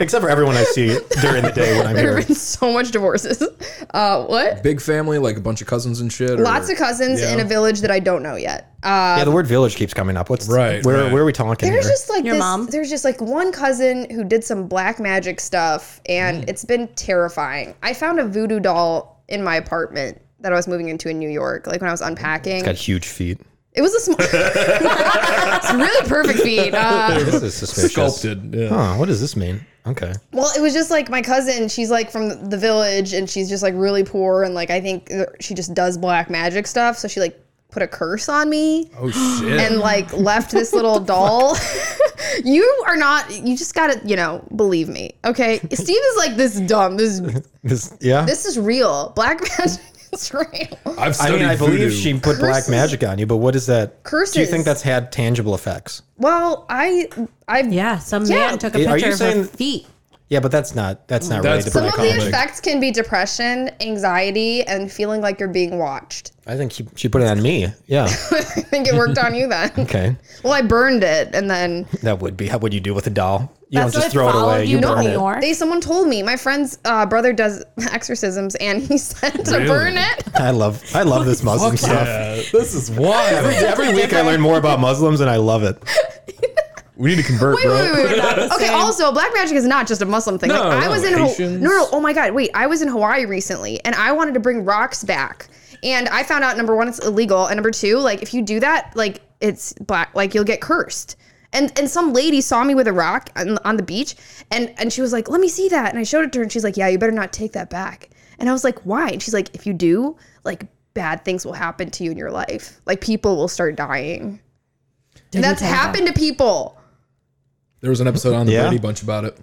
A: Except for everyone I see during the day when I'm
D: There
A: here.
D: have been so much divorces. Uh, what?
B: big family, like a bunch of cousins and shit. or-
D: Lots of cousins
B: Yeah.
D: in a village that I don't know yet. Uh,
A: Yeah, the word village keeps coming up. What's
B: Right,
A: Where
B: right.
A: where are we talking
D: There's
A: here?
D: just like
C: Your
D: this,
C: mom?
D: There's just like one cousin who did some black magic stuff, and
C: Mm.
D: it's been terrifying. I found a voodoo doll in my apartment that I was moving into in New York. Like when I was unpacking,
A: got huge feet.
D: it was a small, it's really perfect feet. Uh,
A: This is suspicious.
B: sculpted. Yeah.
A: Huh, what does this mean? Okay.
D: well, it was just like my cousin. She's like from the village, and she's just like really poor, and like I think uh, she just does black magic stuff. So she like put a curse on me.
B: Oh shit.
D: and like left this little doll. you are not. You just gotta, you know, believe me, okay? Steve is like this dumb. This
A: This, yeah.
D: this is real. Black magic is real.
B: I've
A: I
B: studied
A: mean, I
B: voodoo.
A: believe she put black
D: Curses.
A: magic on you, but what is that? Do you
D: Curses.
A: think that's had tangible effects?
D: Well, I I've
C: Yeah. Some
D: Yeah.
C: man took a
A: Are you
C: picture of her
A: saying-
C: feet.
A: Yeah, but that's not that's not
B: That's
A: related
D: some
A: to
D: of
A: black
D: the
B: comic.
D: effects can be depression, anxiety, and feeling like you're being watched.
A: I think she, she put it on me. Yeah.
D: I think it worked on you then.
A: Okay.
D: Well, I burned it, and then
A: That would be. How would you do with a doll? You
C: That's
A: don't just
C: what
A: throw it
C: followed
A: away.
C: you
A: You
C: to
A: burn
C: New
A: it.
C: York.
D: they someone told me my friend's uh, brother does exorcisms, and he said to
B: Really?
D: burn it.
A: I love I love this Muslim stuff.
B: yeah, this is wild.
A: Every week I learn more about Muslims and I love it.
B: we need to convert,
D: Wait,
B: bro.
D: wait, wait, wait. Okay,
C: same.
D: also, black magic is not just a Muslim thing.
B: No,
D: like, I
B: no,
D: was in Ho-
B: Haitians.
D: no, no. Oh my God, wait! I was in Hawaii recently, and I wanted to bring rocks back, and I found out number one, it's illegal, and number two, like if you do that, like it's black, like you'll get cursed. And and some lady saw me with a rock on, on the beach, and and she was like, "Let me see that," and I showed it to her, and she's like, "Yeah, you better not take that back." And I was like, "Why?" And she's like, "If you do, like." Bad things will happen to you in your life. Like people will start dying. And that's happened to people.
B: There was an episode on the
A: Yeah.
B: Brady Bunch about it.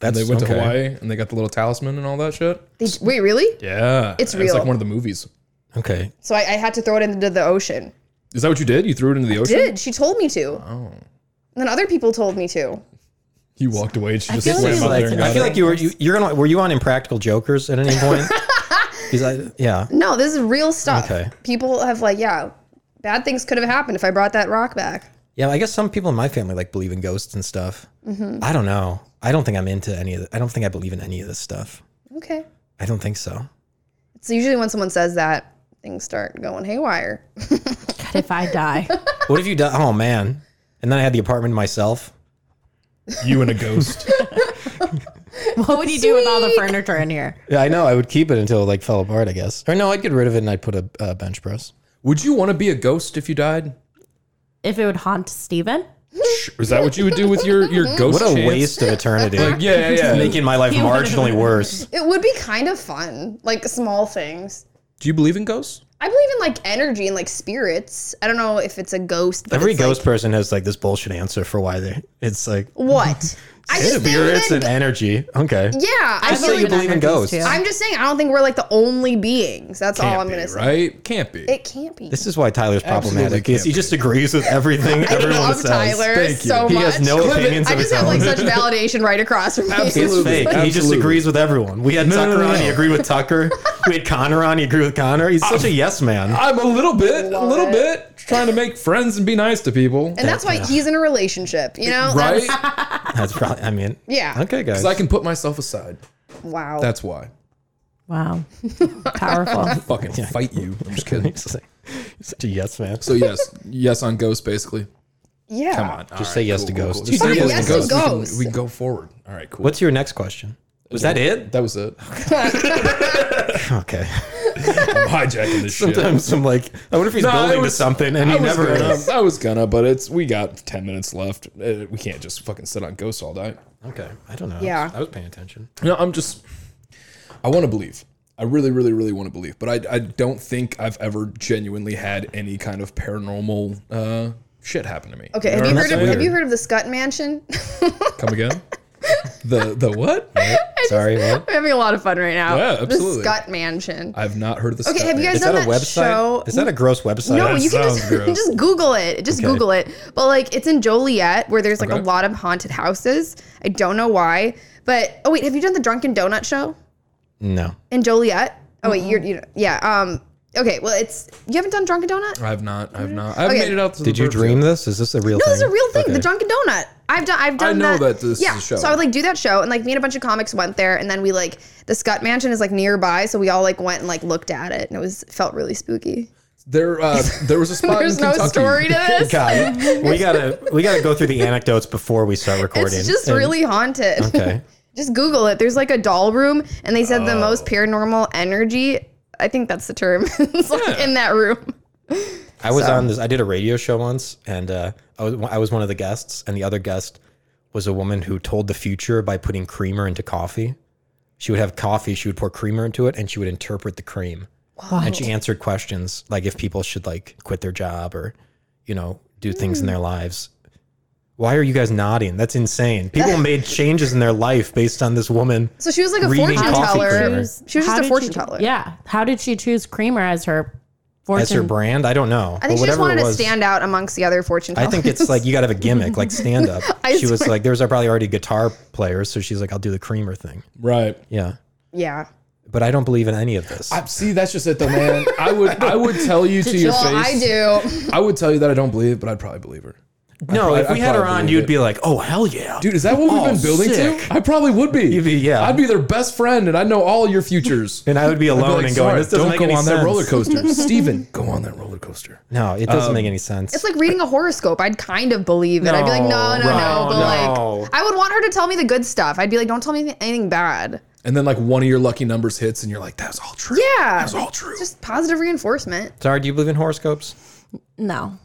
A: That's
B: They went
A: okay.
B: to Hawaii and they got the little talisman and all that shit.
D: They, wait, really?
B: Yeah, It's
D: It's real.
B: like one of the movies.
A: Okay.
D: So I, I had to throw it into the ocean.
B: Is that what you did? You threw it into the ocean.
D: Did she told me to? Oh. then other people told me to.
B: You walked away. and She just
C: feel
B: swam
C: like
B: out
A: Like,
B: there and
A: I
B: got
A: feel
B: it.
A: like you were you, you're gonna were you on Impractical Jokers at any point? He's like, yeah.
D: No, this is real stuff.
A: Okay.
D: People have like, yeah, bad things could have happened if I brought that rock back.
A: Yeah, I guess some people in my family like believe in ghosts and stuff. I don't know. I don't think I'm into any of. The, I don't think I believe in any of this stuff.
D: Okay.
A: I don't think so.
D: So usually when someone says that, things start going haywire.
C: God, if I die,
A: What have you done? Oh man! And then I had the apartment to myself.
B: You and a ghost.
C: what would you do with all the furniture in here?
A: Yeah, I know. I would keep it until it like fell apart. I guess. Or no, I'd get rid of it and I'd put a uh, bench press.
B: would you want to be a ghost if you died?
C: If it would haunt Steven?
B: Sh- Is that what you would do with your your ghost?
A: What a
B: chance?
A: waste of eternity.
B: Like, yeah, yeah, yeah.
A: Making my life marginally worse.
D: It would be kind of fun, like small things.
B: Do you believe in ghosts?
D: I believe in like energy and like spirits. I don't know if it's a ghost. But
A: Every
D: it's, like,
A: ghost person has like this bullshit answer for why they. It's like
D: what? I just think
A: spirits
D: that-
A: and energy. Okay.
D: yeah. I
A: Just say
D: believe
A: you believe in
C: energies,
A: ghosts.
C: too.
D: I'm just saying. I don't think we're like the only beings. That's all I'm
B: Can't
D: gonna
B: be,
D: say.
B: Right? Can't be.
D: It can't be.
A: This is why Tyler's
B: Absolutely
A: problematic. Is
B: can't
A: he
B: be.
A: just agrees with everything everyone
D: I love
A: says.
D: Tyler
B: Thank you.
D: so much.
A: He has no opinions
D: I
A: of
D: just
A: his
D: have
A: own.
D: like such validation right across from me.
A: It's
B: Absolutely.
A: fake. He just
B: Absolutely.
A: agrees with everyone. We had
B: No, no,
A: Tucker
B: no,
A: on.
B: no.
A: He agreed with Tucker. we had Connor on. He agreed with Connor. He's such a yes man.
B: I'm a little bit, a
D: Love
B: little
D: it.
B: bit trying to make friends and be nice to people.
D: And that's why he's in a relationship, you know?
B: right?
D: That's-
B: Because
A: That's probably. I mean.
D: Yeah.
A: Okay, guys.
B: I can put myself aside.
D: Wow.
B: That's why.
C: Wow. Powerful.
B: Fucking fight you. I'm just kidding.
A: He's like- he's such a yes man.
B: So yes, yes on ghosts basically.
D: yeah.
B: Come on,
A: Just say yes to Ah, ghosts.
B: Just say yes,
D: Fine, yes
B: to
D: to
B: ghosts. We,
D: ghosts.
B: can, we can go forward. All right, cool.
A: What's your next question? Was that it?
B: that was it.
A: Okay.
B: I'm hijacking this shit.
A: Sometimes I'm like, I wonder if he's
B: No,
A: building
B: it was-
A: to something, and
B: I
A: he
B: was,
A: never
B: gonna,
A: is.
B: I was gonna, but it's we got ten minutes left. Uh, We can't just fucking sit on ghosts all night.
A: Okay. I don't know.
D: Yeah.
A: I was paying attention.
B: No, I'm just. I want to believe. I really, really, really want to believe, but I, I don't think I've ever genuinely had any kind of paranormal uh, shit happen to me.
D: Okay,
B: know
D: have you,
B: what I'm
D: heard of,
B: saying?
D: have you heard of the Scott Mansion?
B: Come again? the the what?
A: Sorry. What?
D: We're having a lot of fun right now.
B: Yeah, absolutely.
D: The Scott Mansion.
B: I've not heard of the.
D: Okay, have you guys
A: Is that a
D: Isn't that
A: website?
D: show-
A: Is that a gross website?
D: no,
A: That
D: you can just
A: sounds gross.
D: just Google it. Just
A: Okay.
D: Google it. But like, it's in Joliet where there's like
B: Okay.
D: a lot of haunted houses. I don't know why, but oh wait, have you done the Drunken Donut show
A: No.
D: in Joliet? Oh wait, you're you yeah. Um. Okay, well, it's you haven't done Drunken Donut.
B: I've not. I've not. I've
D: Okay.
B: made it out. To
A: Did
B: the
A: you
B: burbs
A: dream
B: yet.
A: this? Is this a real
D: No,
A: thing?
D: this is a real thing. The
A: Okay.
D: Drunken Donut. I've done. I've done.
B: know that this is
D: yeah.
B: a show.
D: So I would like do that show, and like me and a bunch of comics went there, and then we like the Scott Mansion is like nearby, so we all like went and like looked at it, and it was felt really spooky.
B: There, uh, there was a spot.
D: There's
B: in
D: no
B: Kentucky.
D: story to this.
A: God, we gotta we gotta go through the anecdotes before we start recording.
D: It's just
A: And-
D: really haunted.
A: okay.
D: just Google it. There's like a doll room, and they said the most paranormal energy. I think that's the term. it's like in that room.
A: I was on this. I did a radio show once, and uh, I was I was one of the guests, and the other guest was a woman who told the future by putting creamer into coffee. She would have coffee, she would pour creamer into it, and she would interpret the cream. And she answered questions like if people should like quit their job or, you know, do things
D: Mm.
A: in their lives. Why are you guys nodding? That's insane. People made changes in their life based on this woman.
D: So she was like a
A: Reading
D: fortune
A: coffee
D: teller.
A: creamer.
D: She was
C: How
D: just a
C: did
D: fortune
C: she-
D: teller.
C: Yeah. How did she choose creamer as her fortune?
A: That's her brand. I don't know.
D: I think she just wanted to stand out amongst the other fortune
A: I
D: tellers.
A: think it's like you got to have a gimmick, like stand up.
D: I
A: she was
D: swear.
A: like, there was probably already guitar players, so she's like, I'll do the creamer thing.
B: Right.
A: Yeah,
D: yeah.
A: but I don't believe in any of this.
B: I, see, that's just it, though, man. I would, I would tell you to your
D: Well, I
B: face.
D: do.
B: I would tell you that I don't believe, but I'd probably believe her.
A: no,
B: I-
A: if we
B: I
A: had her
B: probably
A: on,
B: believe
A: you'd
B: it.
A: be like, oh hell yeah,
B: Dude, is that what we've
A: Oh,
B: been building
A: sick.
B: to? I probably would be.
A: You'd be- yeah.
B: I'd be their best friend, and I'd know all your futures.
A: And I would be
B: I'd
A: alone
B: like,
A: and going,
B: "Sorry,
A: this doesn't
B: don't
A: make
B: go
A: any
B: on
A: sense.
B: that roller coaster, Steven, Go on that roller coaster.
A: No, it doesn't make any sense.
D: It's like reading a horoscope. I'd kind of believe it. I'd be like, no,
A: No,
D: no,
A: right,
D: no. But
A: no.
D: like, I would want her to tell me the good stuff. I'd be like, don't tell me anything bad.
B: And then like one of your lucky numbers hits, and you're like, "That's all true.
D: Yeah.
B: that's all true."
D: Just positive reinforcement.
A: Sorry, do you believe in horoscopes?
C: no.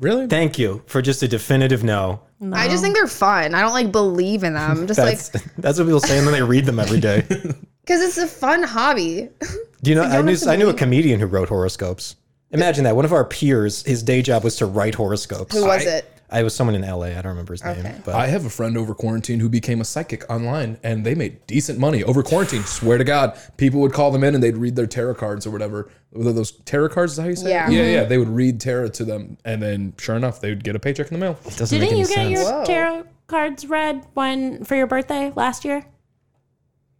B: really?
A: Thank you for just a definitive no.
D: I just think they're fun. I don't like believe in them. I'm Just like,
A: That's that's what people say, and then they read them every day.
D: because it's a fun hobby.
A: Do you know? I
D: don't
A: knew
D: have to
A: I knew a comedian who wrote horoscopes. Imagine that. One of our peers, his day job was to write horoscopes.
D: Who was
B: I-
D: it?
A: I was someone in LA. I don't remember his name, but
B: I have a friend over quarantine who became a psychic online, and they made decent money over quarantine. swear to God, people would call them in and they'd read their tarot cards or whatever. Whether those tarot cards is that how you say? it?
D: Yeah. Mm-hmm.
B: yeah, yeah. They would read tarot to them, and then sure enough, they would get a paycheck in the mail.
A: it doesn't
C: Didn't
A: make any
C: you get
A: sense.
C: your
D: Whoa.
C: tarot cards read when for your birthday last year?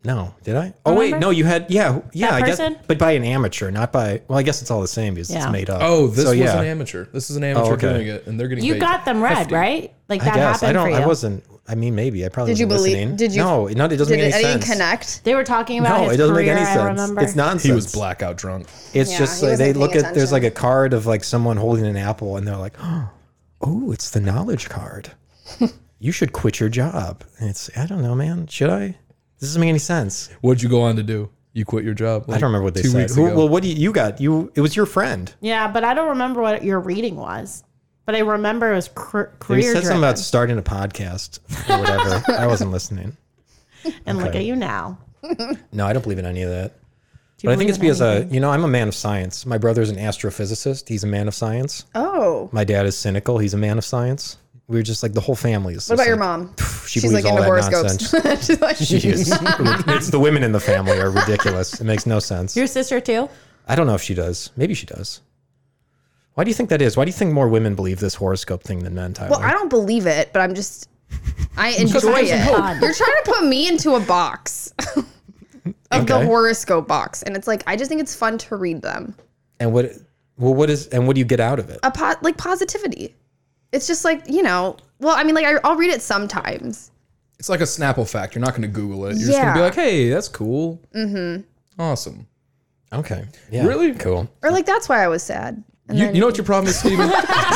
A: No, did I? Oh wait,
C: Remember?
A: no, you had yeah, yeah,
C: That
A: I
C: person?
A: guess, but by an amateur, not by. Well, I guess it's all the same because
C: Yeah.
A: it's made up.
B: Oh, this
A: so,
B: was
A: yeah. Oh,
B: an amateur. This is an amateur
A: okay.
B: doing it, and they're getting
C: You
B: paid
C: got them red,
B: 50.
C: right? Like
A: I
C: that
A: guess
C: happened
A: I don't.
C: for you.
A: I wasn't. I mean, maybe I probably.
D: Did you
A: wasn't
D: believe-
A: listening.
D: did you-
A: No, no, it doesn't
D: Did
A: make any
D: it, I didn't
A: sense.
D: connect.
C: They were talking about
A: No,
C: his
A: it doesn't
C: career.
A: make any
C: I
A: sense.
C: remember.
A: It's nonsense.
B: He was blackout drunk.
A: It's
D: Yeah,
A: just
D: he
A: like they
D: wasn't
A: look
D: paying
A: at there's like a
D: attention.
A: card of like someone holding an apple and they're like, oh, it's the knowledge card. you should quit your job. And it's I don't know, man. Should I? This doesn't make any sense.
B: What'd you go on to do? You quit your job.
A: I don't remember what they said.
B: Weeks
A: Who-
B: ago.
A: well, what do you, you got? You it was your friend.
C: Yeah, but I don't remember what your reading was. But I remember it was cr-
A: They
C: career
A: said something
C: driven.
A: about starting a podcast or whatever. I wasn't listening.
C: and look
A: okay.
C: at you now.
A: No, I don't believe in any of that.
C: Do you
A: But I think
C: believe
A: it's
C: in
A: because
C: anything?
A: uh, you know I'm a man of science. My brother's an astrophysicist. He's a man of science.
D: Oh,
A: My dad is cynical. He's a man of science. We were just like the whole family is.
D: what about your mom?
A: She
D: She's
A: believes
D: like
A: all
D: into
A: that
D: horoscopes.
A: nonsense.
D: She's like,
A: She is. it's the women in the family are ridiculous. It makes no sense.
C: Your sister too?
A: I don't know if she does. Maybe she does. Why do you think that is? Why do you think more women believe this horoscope thing than men, Tyler?
D: Well, I don't believe it, but I'm just. I enjoy
B: I have some
D: it.
C: hope.
D: You're trying to put me into a box of
A: Okay.
D: the horoscope box, and it's like I just think it's fun to read them.
A: and what? Well, what is? And what do you get out of it?
D: A po- like positivity. It's just like you know. Well, I mean, like I, I'll read it sometimes.
B: it's like a Snapple fact. You're not going to Google it. You're just going to be
D: Yeah.
B: like, hey, that's cool. Mm-hmm. Awesome.
A: Okay. Yeah.
B: Really?
A: Cool.
D: Or like that's why I was sad. And
B: You,
D: then
B: you know what your problem is, Steven?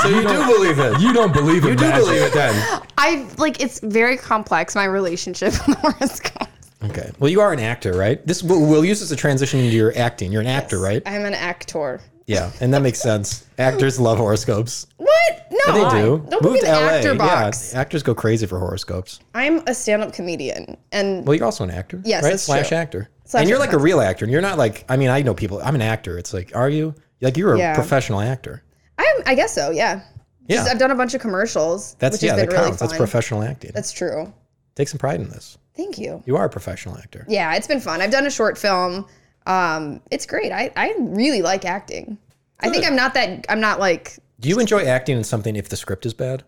B: so you don't,
A: believe it.
B: you don't believe in
A: You do
B: magic.
A: believe it then.
D: I like it's very complex my relationship with horoscopes.
A: Okay. Well, you are an actor, right? This we'll, we'll use this as a transition into your acting. You're an actor, right?
D: I'm an actor.
A: Yeah, and that makes sense. Actors love horoscopes.
D: What? No,
A: They do.
D: Don't
A: Move
D: be
A: to
D: an
A: LA.
D: actor box.
A: Yeah, actors go crazy for horoscopes.
D: I'm a stand-up comedian, and
A: Well, you're also an actor.
D: Yes,
A: right?
D: that's
A: slash
D: true.
A: actor.
D: Slash
A: and you're like a
D: actor.
A: real actor. And you're not like I mean I know people. I'm an actor. It's like are you like you're a
D: Yeah.
A: professional actor?
D: I'm. I guess so. Yeah.
A: Yeah,
D: Just- I've done a bunch of commercials.
A: that's
D: which
A: yeah
D: has
A: that
D: been really
A: counts.
D: fun.
A: that's professional acting.
D: That's true.
A: Take some pride in this.
D: Thank you.
A: You are a professional actor.
D: Yeah, it's been fun. I've done a short film. Um, it's great. I, I really like acting. I think I'm not that. I'm not like
A: Do you enjoy acting in something if the script is bad?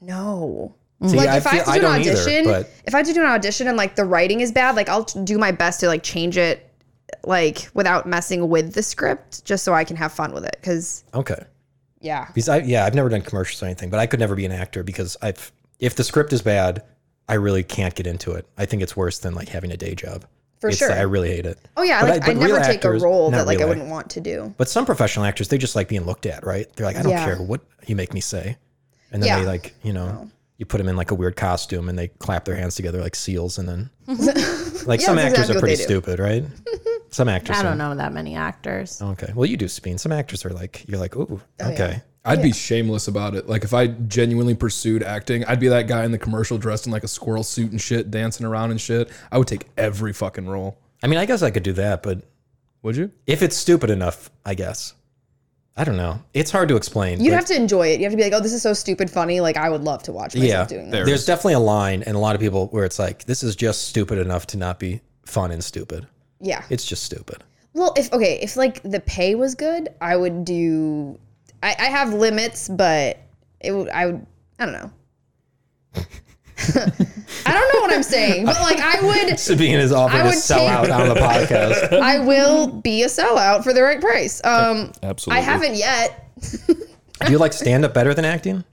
D: no.
A: See,
D: Mm-hmm. like if I,
A: feel-
D: have to do an
A: don't either,
D: audition,
A: but
D: if I have to do an audition and like the writing is bad, like I'll t- do my best to like change it, like without messing with the script, just so I can have fun with it. Because
A: okay.
D: yeah,
A: Because I yeah, I've never done commercials or anything, but I could never be an actor because I've if the script is bad, I really can't get into it. I think it's worse than like having a day job.
D: For
A: It's
D: sure.
A: like, I really hate it.
D: oh yeah,
A: But
D: like
A: I-
D: I,
A: but
D: would never
A: real
D: take a
A: actors-
D: role
A: not
D: that like
A: really.
D: I wouldn't want to do.
A: But some professional actors, they just like being looked at, right? They're like, I don't
D: Yeah.
A: care what you make me say. And then
D: Yeah.
A: they like, you know, you put them in like a weird costume and they clap their hands together like seals. And then, like,
D: Yeah,
A: some actors
D: that's exactly
A: are
D: what
A: pretty
D: they do.
A: stupid, right? some actors.
C: I
A: are.
C: don't know that many actors.
A: Okay. Well, you do, Speen. Some actors are like, you're like,
D: Oh,
A: ooh, okay.
B: I'd be shameless about it. Like if I genuinely pursued acting, I'd be that guy in the commercial dressed in like a squirrel suit and shit, dancing around and shit. I would take every fucking role.
A: I mean, I guess I could do that, but
B: Would you?
A: if it's stupid enough, I guess. I don't know. It's hard to explain.
D: You'd
A: but-
D: have to enjoy it. You have to be like, oh, this is so stupid funny. Like I would love to watch myself
A: yeah,
D: doing that.
A: there's definitely a line, and a lot of people where it's like, this is just stupid enough to not be fun and stupid.
D: Yeah.
A: It's just stupid.
D: Well, if okay, if like the pay was good, I would do. I, I have limits, but it would. I would. I don't know. I don't know what I'm saying, but like I would,
A: Sabine is offering
D: I
A: to
D: would
A: sell out
D: take-
A: on the podcast.
D: I will be a sellout for the right price. Um, I
B: Absolutely.
D: haven't yet.
A: do you like stand up better than acting?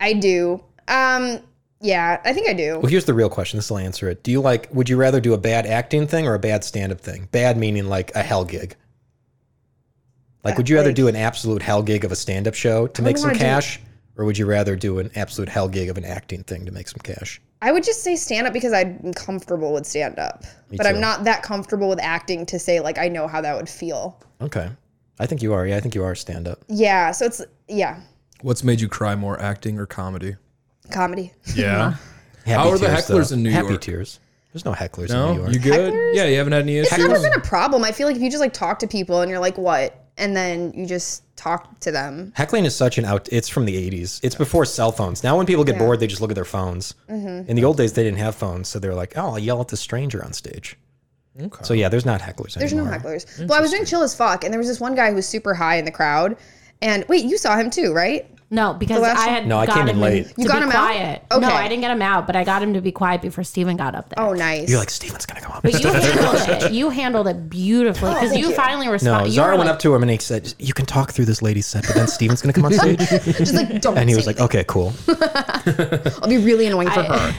D: I do. Um, yeah, I think I do.
A: Well, here's the real question. This will answer it. Do you like, would you rather do a bad acting thing or a bad stand up thing? Bad meaning like a hell gig. Like, would you rather do an absolute hell gig of a stand up show to make some
D: wanna do-
A: cash? Or would you rather do an absolute hell gig of an acting thing to make some cash?
D: I would just say stand up because I'm comfortable with stand up, but
A: too.
D: I'm not that comfortable with acting to say like I know how that would feel.
A: Okay. I think you are. Yeah, I think you are stand up.
D: Yeah, so it's yeah,
B: What's made you cry more, acting or comedy?
D: comedy.
B: Yeah.
A: Happy
B: are the hecklers in New
A: Happy
B: York?
A: tears. There's no hecklers in New
B: No,
A: York.
B: Oh, you good? Yeah, you haven't had any
D: It's never
B: issues.
D: been a problem. I feel like if you just like talk to people and you're like, what? And then you just talk to them.
A: Heckling is such an out. It's from the '80s. It's before cell phones. Now, when people get bored, they just look at their phones.
C: Mm-hmm.
A: In the old days, they didn't have phones, so they're like, "Oh, I'll yell at the stranger on stage."
B: Okay.
A: So yeah, there's not hecklers
D: There's no
A: anymore.
D: hecklers. Well, I was doing chill as fuck, and there was this one guy who was super high in the crowd. And wait, you saw him too, right?
C: No, because I
D: last one?
C: had
A: No, I
C: got
A: came in
C: him
A: late.
C: To
D: You got
C: be
D: him out?
C: quiet. No,
D: Okay.
C: I didn't get him out, but I got him to be quiet before Steven got up there.
D: Oh, nice.
A: You're like, Steven's going to come up.
C: But you handled it. You handled it
D: Oh,
C: beautifully because you, finally
A: no,
C: responded.
A: Zara went up to him and he said, You can talk through this lady's set, but then Steven's going to come on stage.
D: just like don't.
A: and he
D: say
A: was like, "Oh." Okay, cool.
D: anything. I'll be really annoying for her.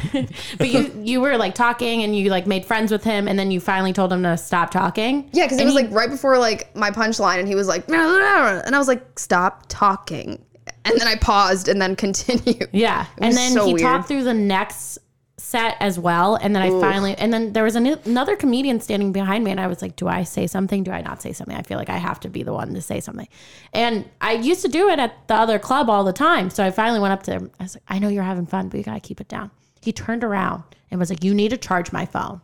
C: But you you were like talking and you like made friends with him and then you finally told him to stop talking.
D: Yeah, because it was like right before like my punchline, and he was like, "Nah, nah, nah," and I was like, stop talking. And then I paused and then continued.
C: Yeah. And
D: was
C: then
D: so
C: he
D: weird.
C: talked through the next set as well. And then I finally, and then there was an, another comedian standing behind me. And I was like, do I say something? Do I not say something? I feel like I have to be the one to say something. And I used to do it at the other club all the time. So I finally went up to him. I was like, I know you're having fun, but you got to keep it down. He turned around and was like, you need to charge my phone.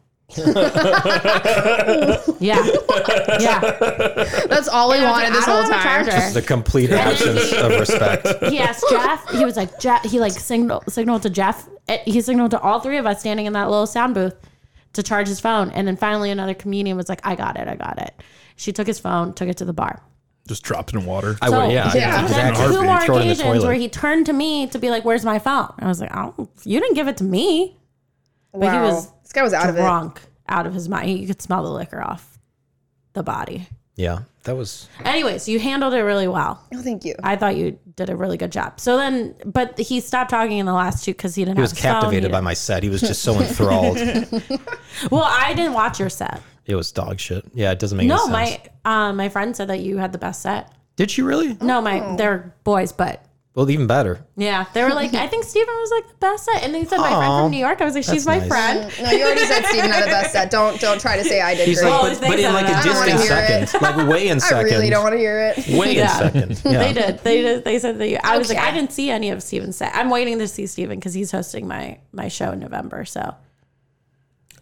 C: yeah. Yeah.
D: That's all I
C: I was
D: wanted
C: like,
D: this
C: "I don't
D: whole
C: have a
D: time.
C: charger."
A: The complete absence of respect.
C: he asked Jeff. He was like Jeff. He like signal signaled to Jeff. eh, He signaled to all three of us standing in that little sound booth to charge his phone. And then finally, another comedian was like, "I got it. I got it." She took his phone, took it to the bar.
B: Just dropped in water.
A: I would, yeah,
D: Yeah.
A: yeah, exactly.
C: Two more
A: Throw it in the
C: occasions
A: toilet.
C: where he turned to me to be like, "Where's my phone?" I was like, "Oh, you didn't give it to me." But he was
D: this guy was out of it.
C: drunk, out of his mind. You could smell the liquor off the body.
A: Yeah, that was.
C: Anyways, you handled it really well.
D: No, Oh, thank you.
C: I thought you did a really good job. So then, but he stopped talking in the last two because he didn't.
A: He was
C: have his phone.
A: captivated
C: He
A: by my set. He was just so enthralled.
C: didn't- Well, I didn't watch your set.
A: It was dog shit. Yeah, it doesn't make any
C: No,
A: sense.
C: my uh, my friend said that you had the best set.
A: Did she really?
C: No, my they're boys, but
A: Well, even better.
C: yeah, they were like I think Steven was like the best set, and they said my friend
A: Aw,
C: from New York. I was like, she's my
A: nice.
C: friend.
D: No, you already said Steven had the best set. Don't don't try to say I did
A: He's
D: great.
A: like,
C: Oh,
A: but,
C: they
A: but in
C: said
A: like a
C: that. I don't
D: wanna
A: distant
D: hear
A: second, like way in
D: I
A: second,
D: really don't want to hear it.
A: way
C: Yeah.
A: in second. Yeah.
C: They did. They did. They said that you. I was like,
D: Okay.
C: I didn't see any of Steven's set. I'm waiting to see Steven because he's hosting my my show in November. So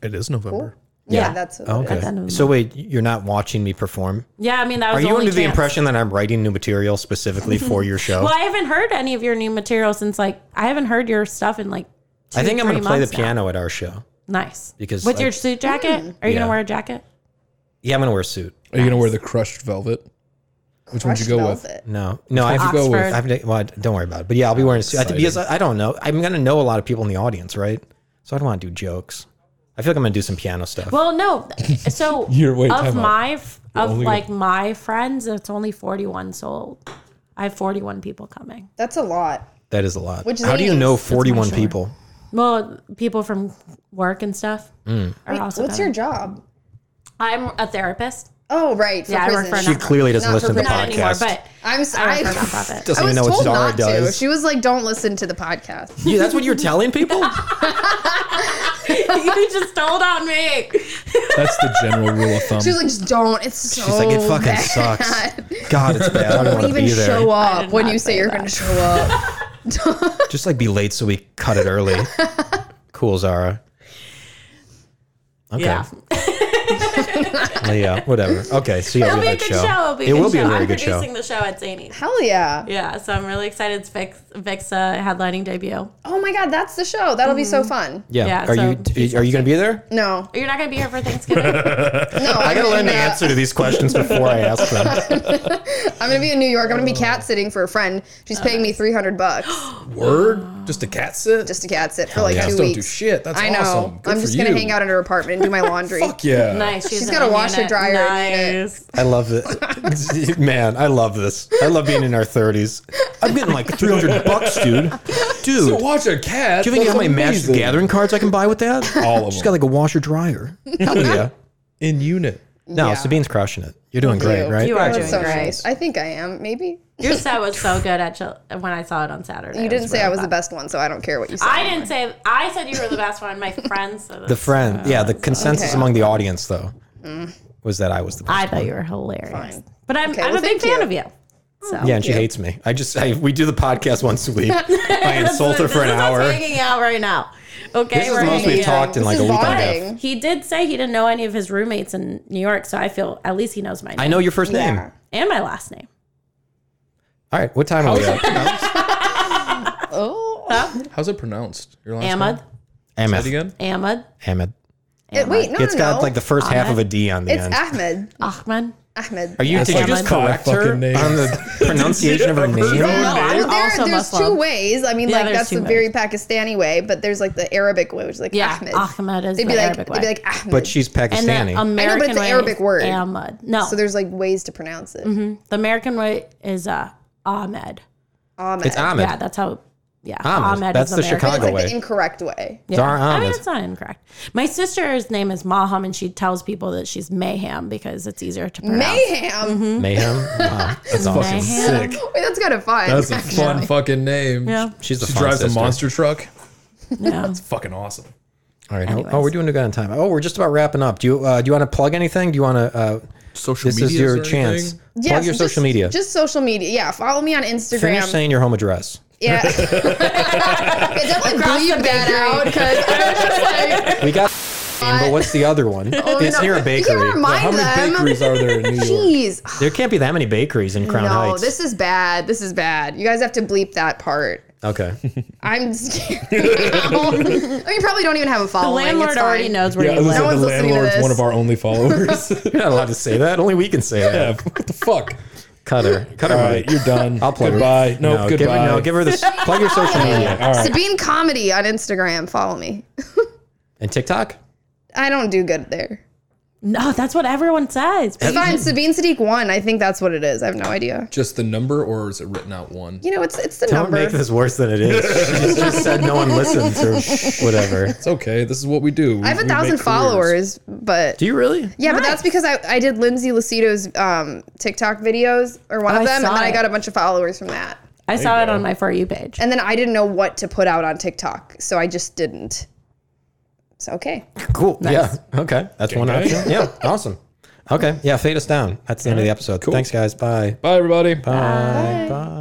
B: It is November.
D: Yeah,
C: yeah.
A: Oh,
D: that's
C: the end of
A: Okay.
C: the
A: So wait, you're not watching me perform?
C: yeah, I mean that was.
A: Are
C: the
A: you
C: only
A: under the
C: chance.
A: impression that I'm writing new material specifically for your show?
C: Well, I haven't heard any of your new material since like I haven't heard your stuff in like. Two,
A: I think I'm
C: three
A: going to play the
C: months now.
A: piano at our show.
C: Nice.
A: Because,
C: with your
A: like-
C: suit jacket, are you
A: Yeah.
C: gonna wear a jacket?
A: Yeah, I'm going to wear a suit.
B: Are you gonna wear the crushed velvet? Which one'd you go with?
A: No, no, I have to
B: go with-
A: I have to, well, I- don't worry about it. But yeah, I'll be wearing a suit I think- because I, I don't know. I'm going to know a lot of people in the audience, right? So I don't want to do jokes. I feel like I'm going to do some piano stuff.
C: Well, no. So
B: You're- wait, time out.
C: of my f- of
B: only gonna-
C: like my friends, it's only 41 sold. I have 41 people coming.
D: That's a lot.
A: that is a lot.
D: Which is
A: How do you
D: eighties.
A: know
D: That's
A: 41
C: sure.
A: people?
C: Well, people from work and stuff
A: Mm.
C: are also.
D: What's
C: coming.
D: your job?
C: I'm a therapist.
D: Oh, right. For
C: Yeah, I work
D: prison.
C: for a
A: She
C: Not
A: clearly doesn't
D: not
A: listen to the
D: for-
C: Not
A: podcast.
C: anymore, but
D: I'm s-
C: I
D: I,
C: work for nonprofit.
A: doesn't
D: I
A: even
D: was
A: know what
D: told
A: Zara
D: not to.
A: does.
D: She was like, "Don't listen to the podcast."
A: Yeah, that's what you're telling people?
C: you just told on me.
B: That's the general rule of thumb.
D: She was like, "Just don't." It's so
A: She's like, it fucking
D: bad.
A: sucks. God, it's bad. I don't want to
D: Oh, Don't
A: be
D: even
A: there.
D: show up when
C: not
D: you say
C: say
D: you're
C: that.
D: going to show up.
A: Just like be late so we cut it early. cool, Zara. Okay.
C: Yeah.
A: Well, yeah, whatever. Okay, see you
C: It'll
A: at
C: be a
A: that
C: good
A: show.
C: show. It'll be a
A: it
C: good
A: will be
C: show.
A: a very
C: I'm
A: good
C: producing
A: show.
C: the show at Zany.
D: Hell yeah!
C: Yeah, so I'm really excited. It's Vic's, Vic's uh, headlining debut.
D: Oh my god, that's the show. That'll be so fun.
A: Yeah.
C: Yeah,
A: are
C: so
A: you
C: he's
A: are you going to be there?
D: No,
C: You're not going to be here for Thanksgiving?
D: no.
A: I got to learn the answer to these questions before I ask them.
D: I'm gonna be in New York. I'm gonna
A: Uh-huh.
D: be cat sitting for a friend. She's paying me 300 bucks
B: Word? Just a cat sit?
D: just to cat sit for like
A: yeah.
D: two
B: Cats
D: weeks.
B: don't do shit. That's
D: I know.
B: awesome. Good
D: I'm
B: for
D: just gonna
B: you.
D: hang out in her apartment and do my laundry.
B: Fuck yeah.
C: nice. She's,
D: gotta
C: in
D: wash her,
C: unit.
D: dry her, and eat it.
C: Nice.
A: I love it. Man, I love this. I love being in our 30s. I'm getting like 300 bucks, dude. Dude.
B: To watch a cat.
A: do you have any
B: that's
A: how many Magic the
B: amazing.
A: Gathering cards I can buy with that?
B: All of
A: She's
B: them.
A: got like a washer dryer. Hell yeah.
B: in unit.
A: No,
D: Yeah.
A: Sabine's crushing it. You're doing great,
D: you.
A: right?
C: You are
D: That's
C: doing
D: so
C: great.
D: nice. I think I am. Maybe
C: Your set was so good at Chil- when I saw it on Saturday.
D: you
C: It
D: didn't say
C: really
D: I was the
C: fun.
D: best one, so I don't care what you said.
C: I didn't say. I said you were the best one. My friends. Said
A: The friend, yeah, the consensus
D: Okay.
A: among the audience though was that I was the best.
C: Mm. I thought you were hilarious.
D: Fine.
C: But I'm,
D: Okay,
C: I'm
D: well,
C: a big
D: thank
C: fan
D: you.
C: of you. So.
A: yeah, and she hates me. I just I, we do the podcast once a week. I insult her
C: This
A: for an
C: is us
A: hour.
C: hanging out right now. Okay,
A: This is
C: we're
A: the most
C: hanging
A: we've
C: out.
A: talked in
D: This
A: like a
D: is
A: week and a half.
D: bonding.
C: He did say he didn't know any of his roommates in New York, so I feel at least he knows my name
A: I know your first name.
D: Yeah.
C: and my last name.
A: All right, what time are we at?
D: Oh,
B: How's it pronounced? Your last name?
C: Ahmed,
B: Say it
A: Ahmed.
B: again?
C: Ahmed,
A: Ahmed.
D: It- wait, no,
A: It's
D: no,
A: got
D: no.
A: like the first half of a D on the
D: it's
A: end.
D: Ahmed.
C: Ahmed.
D: Ahmed.
A: Are you?
C: That's
A: did you
C: like
A: just
C: just my
A: correct
B: fucking
A: her
B: name.
A: on the pronunciation of her name?
D: No,
C: name?
D: I mean, there,
C: Also
D: there's two
C: Muslim.
D: ways. I mean,
C: Yeah,
D: like
C: there's
D: that's
C: two
D: the very Pakistani way, but there's like the Arabic way, which is like
C: Yeah,
D: Ahmed.
C: Ahmed is
D: they'd be
C: the
D: like,
C: Arabic
D: they'd
C: way.
D: be like Ahmed.
A: But she's
C: And
A: Pakistani.
C: the American
D: it's an
C: way
D: Arabic
C: is
D: word.
C: Ahmed. No,
D: so there's like ways to pronounce it.
C: the American way is uh, Ahmed.
D: Ahmed.
A: it's Ahmed.
C: Yeah, that's how. Yeah,
A: Ahmed.
C: Ahmed.
A: That's
C: is
A: the
C: American.
D: But it's
A: Chicago
D: like
A: way.
D: the incorrect way.
C: Yeah.
A: Zara
C: I mean,
A: Ahmed.
C: it's not incorrect. My sister's name is Maham, and she tells people that she's Mayhem because it's easier to pronounce.
D: Mayhem.
C: Mm-hmm.
A: Mayhem. Wow, that's awesome.
B: Sick.
C: Mayhem.
D: Wait, that's kind of fun.
B: That's a fun fucking name.
C: Yeah.
A: She's the
B: she
A: fun
B: drives
A: sister.
B: a monster truck.
C: Yeah.
B: It's fucking awesome.
A: All right. Oh, we're doing good on time. Oh, we're just about wrapping up. Do you uh, do you want to plug anything? Do you want to? Uh,
B: Social
A: this is your chance.
D: Yes,
A: plug your
D: just-
A: social media.
D: Just social media. Yeah, follow me on
A: Finish
D: Instagram.
A: saying your home address.
D: Yeah. yeah, definitely bleep that out because I was just like, oh,
A: We got. But what's the other one? it's
D: no,
A: near a
D: You can't
A: bakery.
B: How
D: remind
B: many
D: them.
B: bakeries are there in New York?
D: Jeez.
A: There can't be that many bakeries in Crown
D: no,
A: Heights.
D: this is bad. This is bad. You guys have to bleep that part.
A: okay.
D: I'm scared. now. I mean, you probably don't even have a
C: The
D: following.
C: landlord
D: It's fine.
C: already knows where
B: Yeah,
C: you
B: listen,
C: live.
D: No
B: the
D: one's listening to
B: landlord's
D: this.
B: one of our only followers.
A: You're not allowed to say that. Only we can say
B: Yeah,
A: that.
B: what the fuck?
A: Cutter. Cutter.
B: All right, you're done.
A: I'll plug
B: Goodbye.
A: Her.
B: No,
A: give
B: goodbye.
A: her, no, give her this. Plug your social media
B: All right.
D: Sabine Comedy on Instagram. Follow me.
A: and TikTok.
D: I don't do good there.
C: No, that's what everyone says.
D: It's fine. Sabine Sadiq one. I think that's what it is. I have no idea.
B: Just the number, or is it written out one?
D: You know, it's it's the
A: Don't
D: number.
A: make this worse than it is. She just, just said no one listens or whatever.
B: It's okay. This is what we do.
D: I have a thousand followers, but
A: Do you really?
D: yeah, but that's because I, I did Lindsay Lucido's um, TikTok videos or one
C: Oh,
D: of
C: I
D: them, and
C: saw
D: then I
C: it.
D: got a bunch of followers from that.
C: I saw it
B: go.
C: on my For You page.
D: And then I didn't know what to put out on TikTok, so I just didn't. It's okay.
A: Cool. Yeah. Okay. That's one
B: Okay.
A: option. Yeah. Awesome. Okay. Yeah. Fade us down. That's the end of the episode. Thanks, guys. Bye.
B: Bye, everybody.
A: Bye. Bye.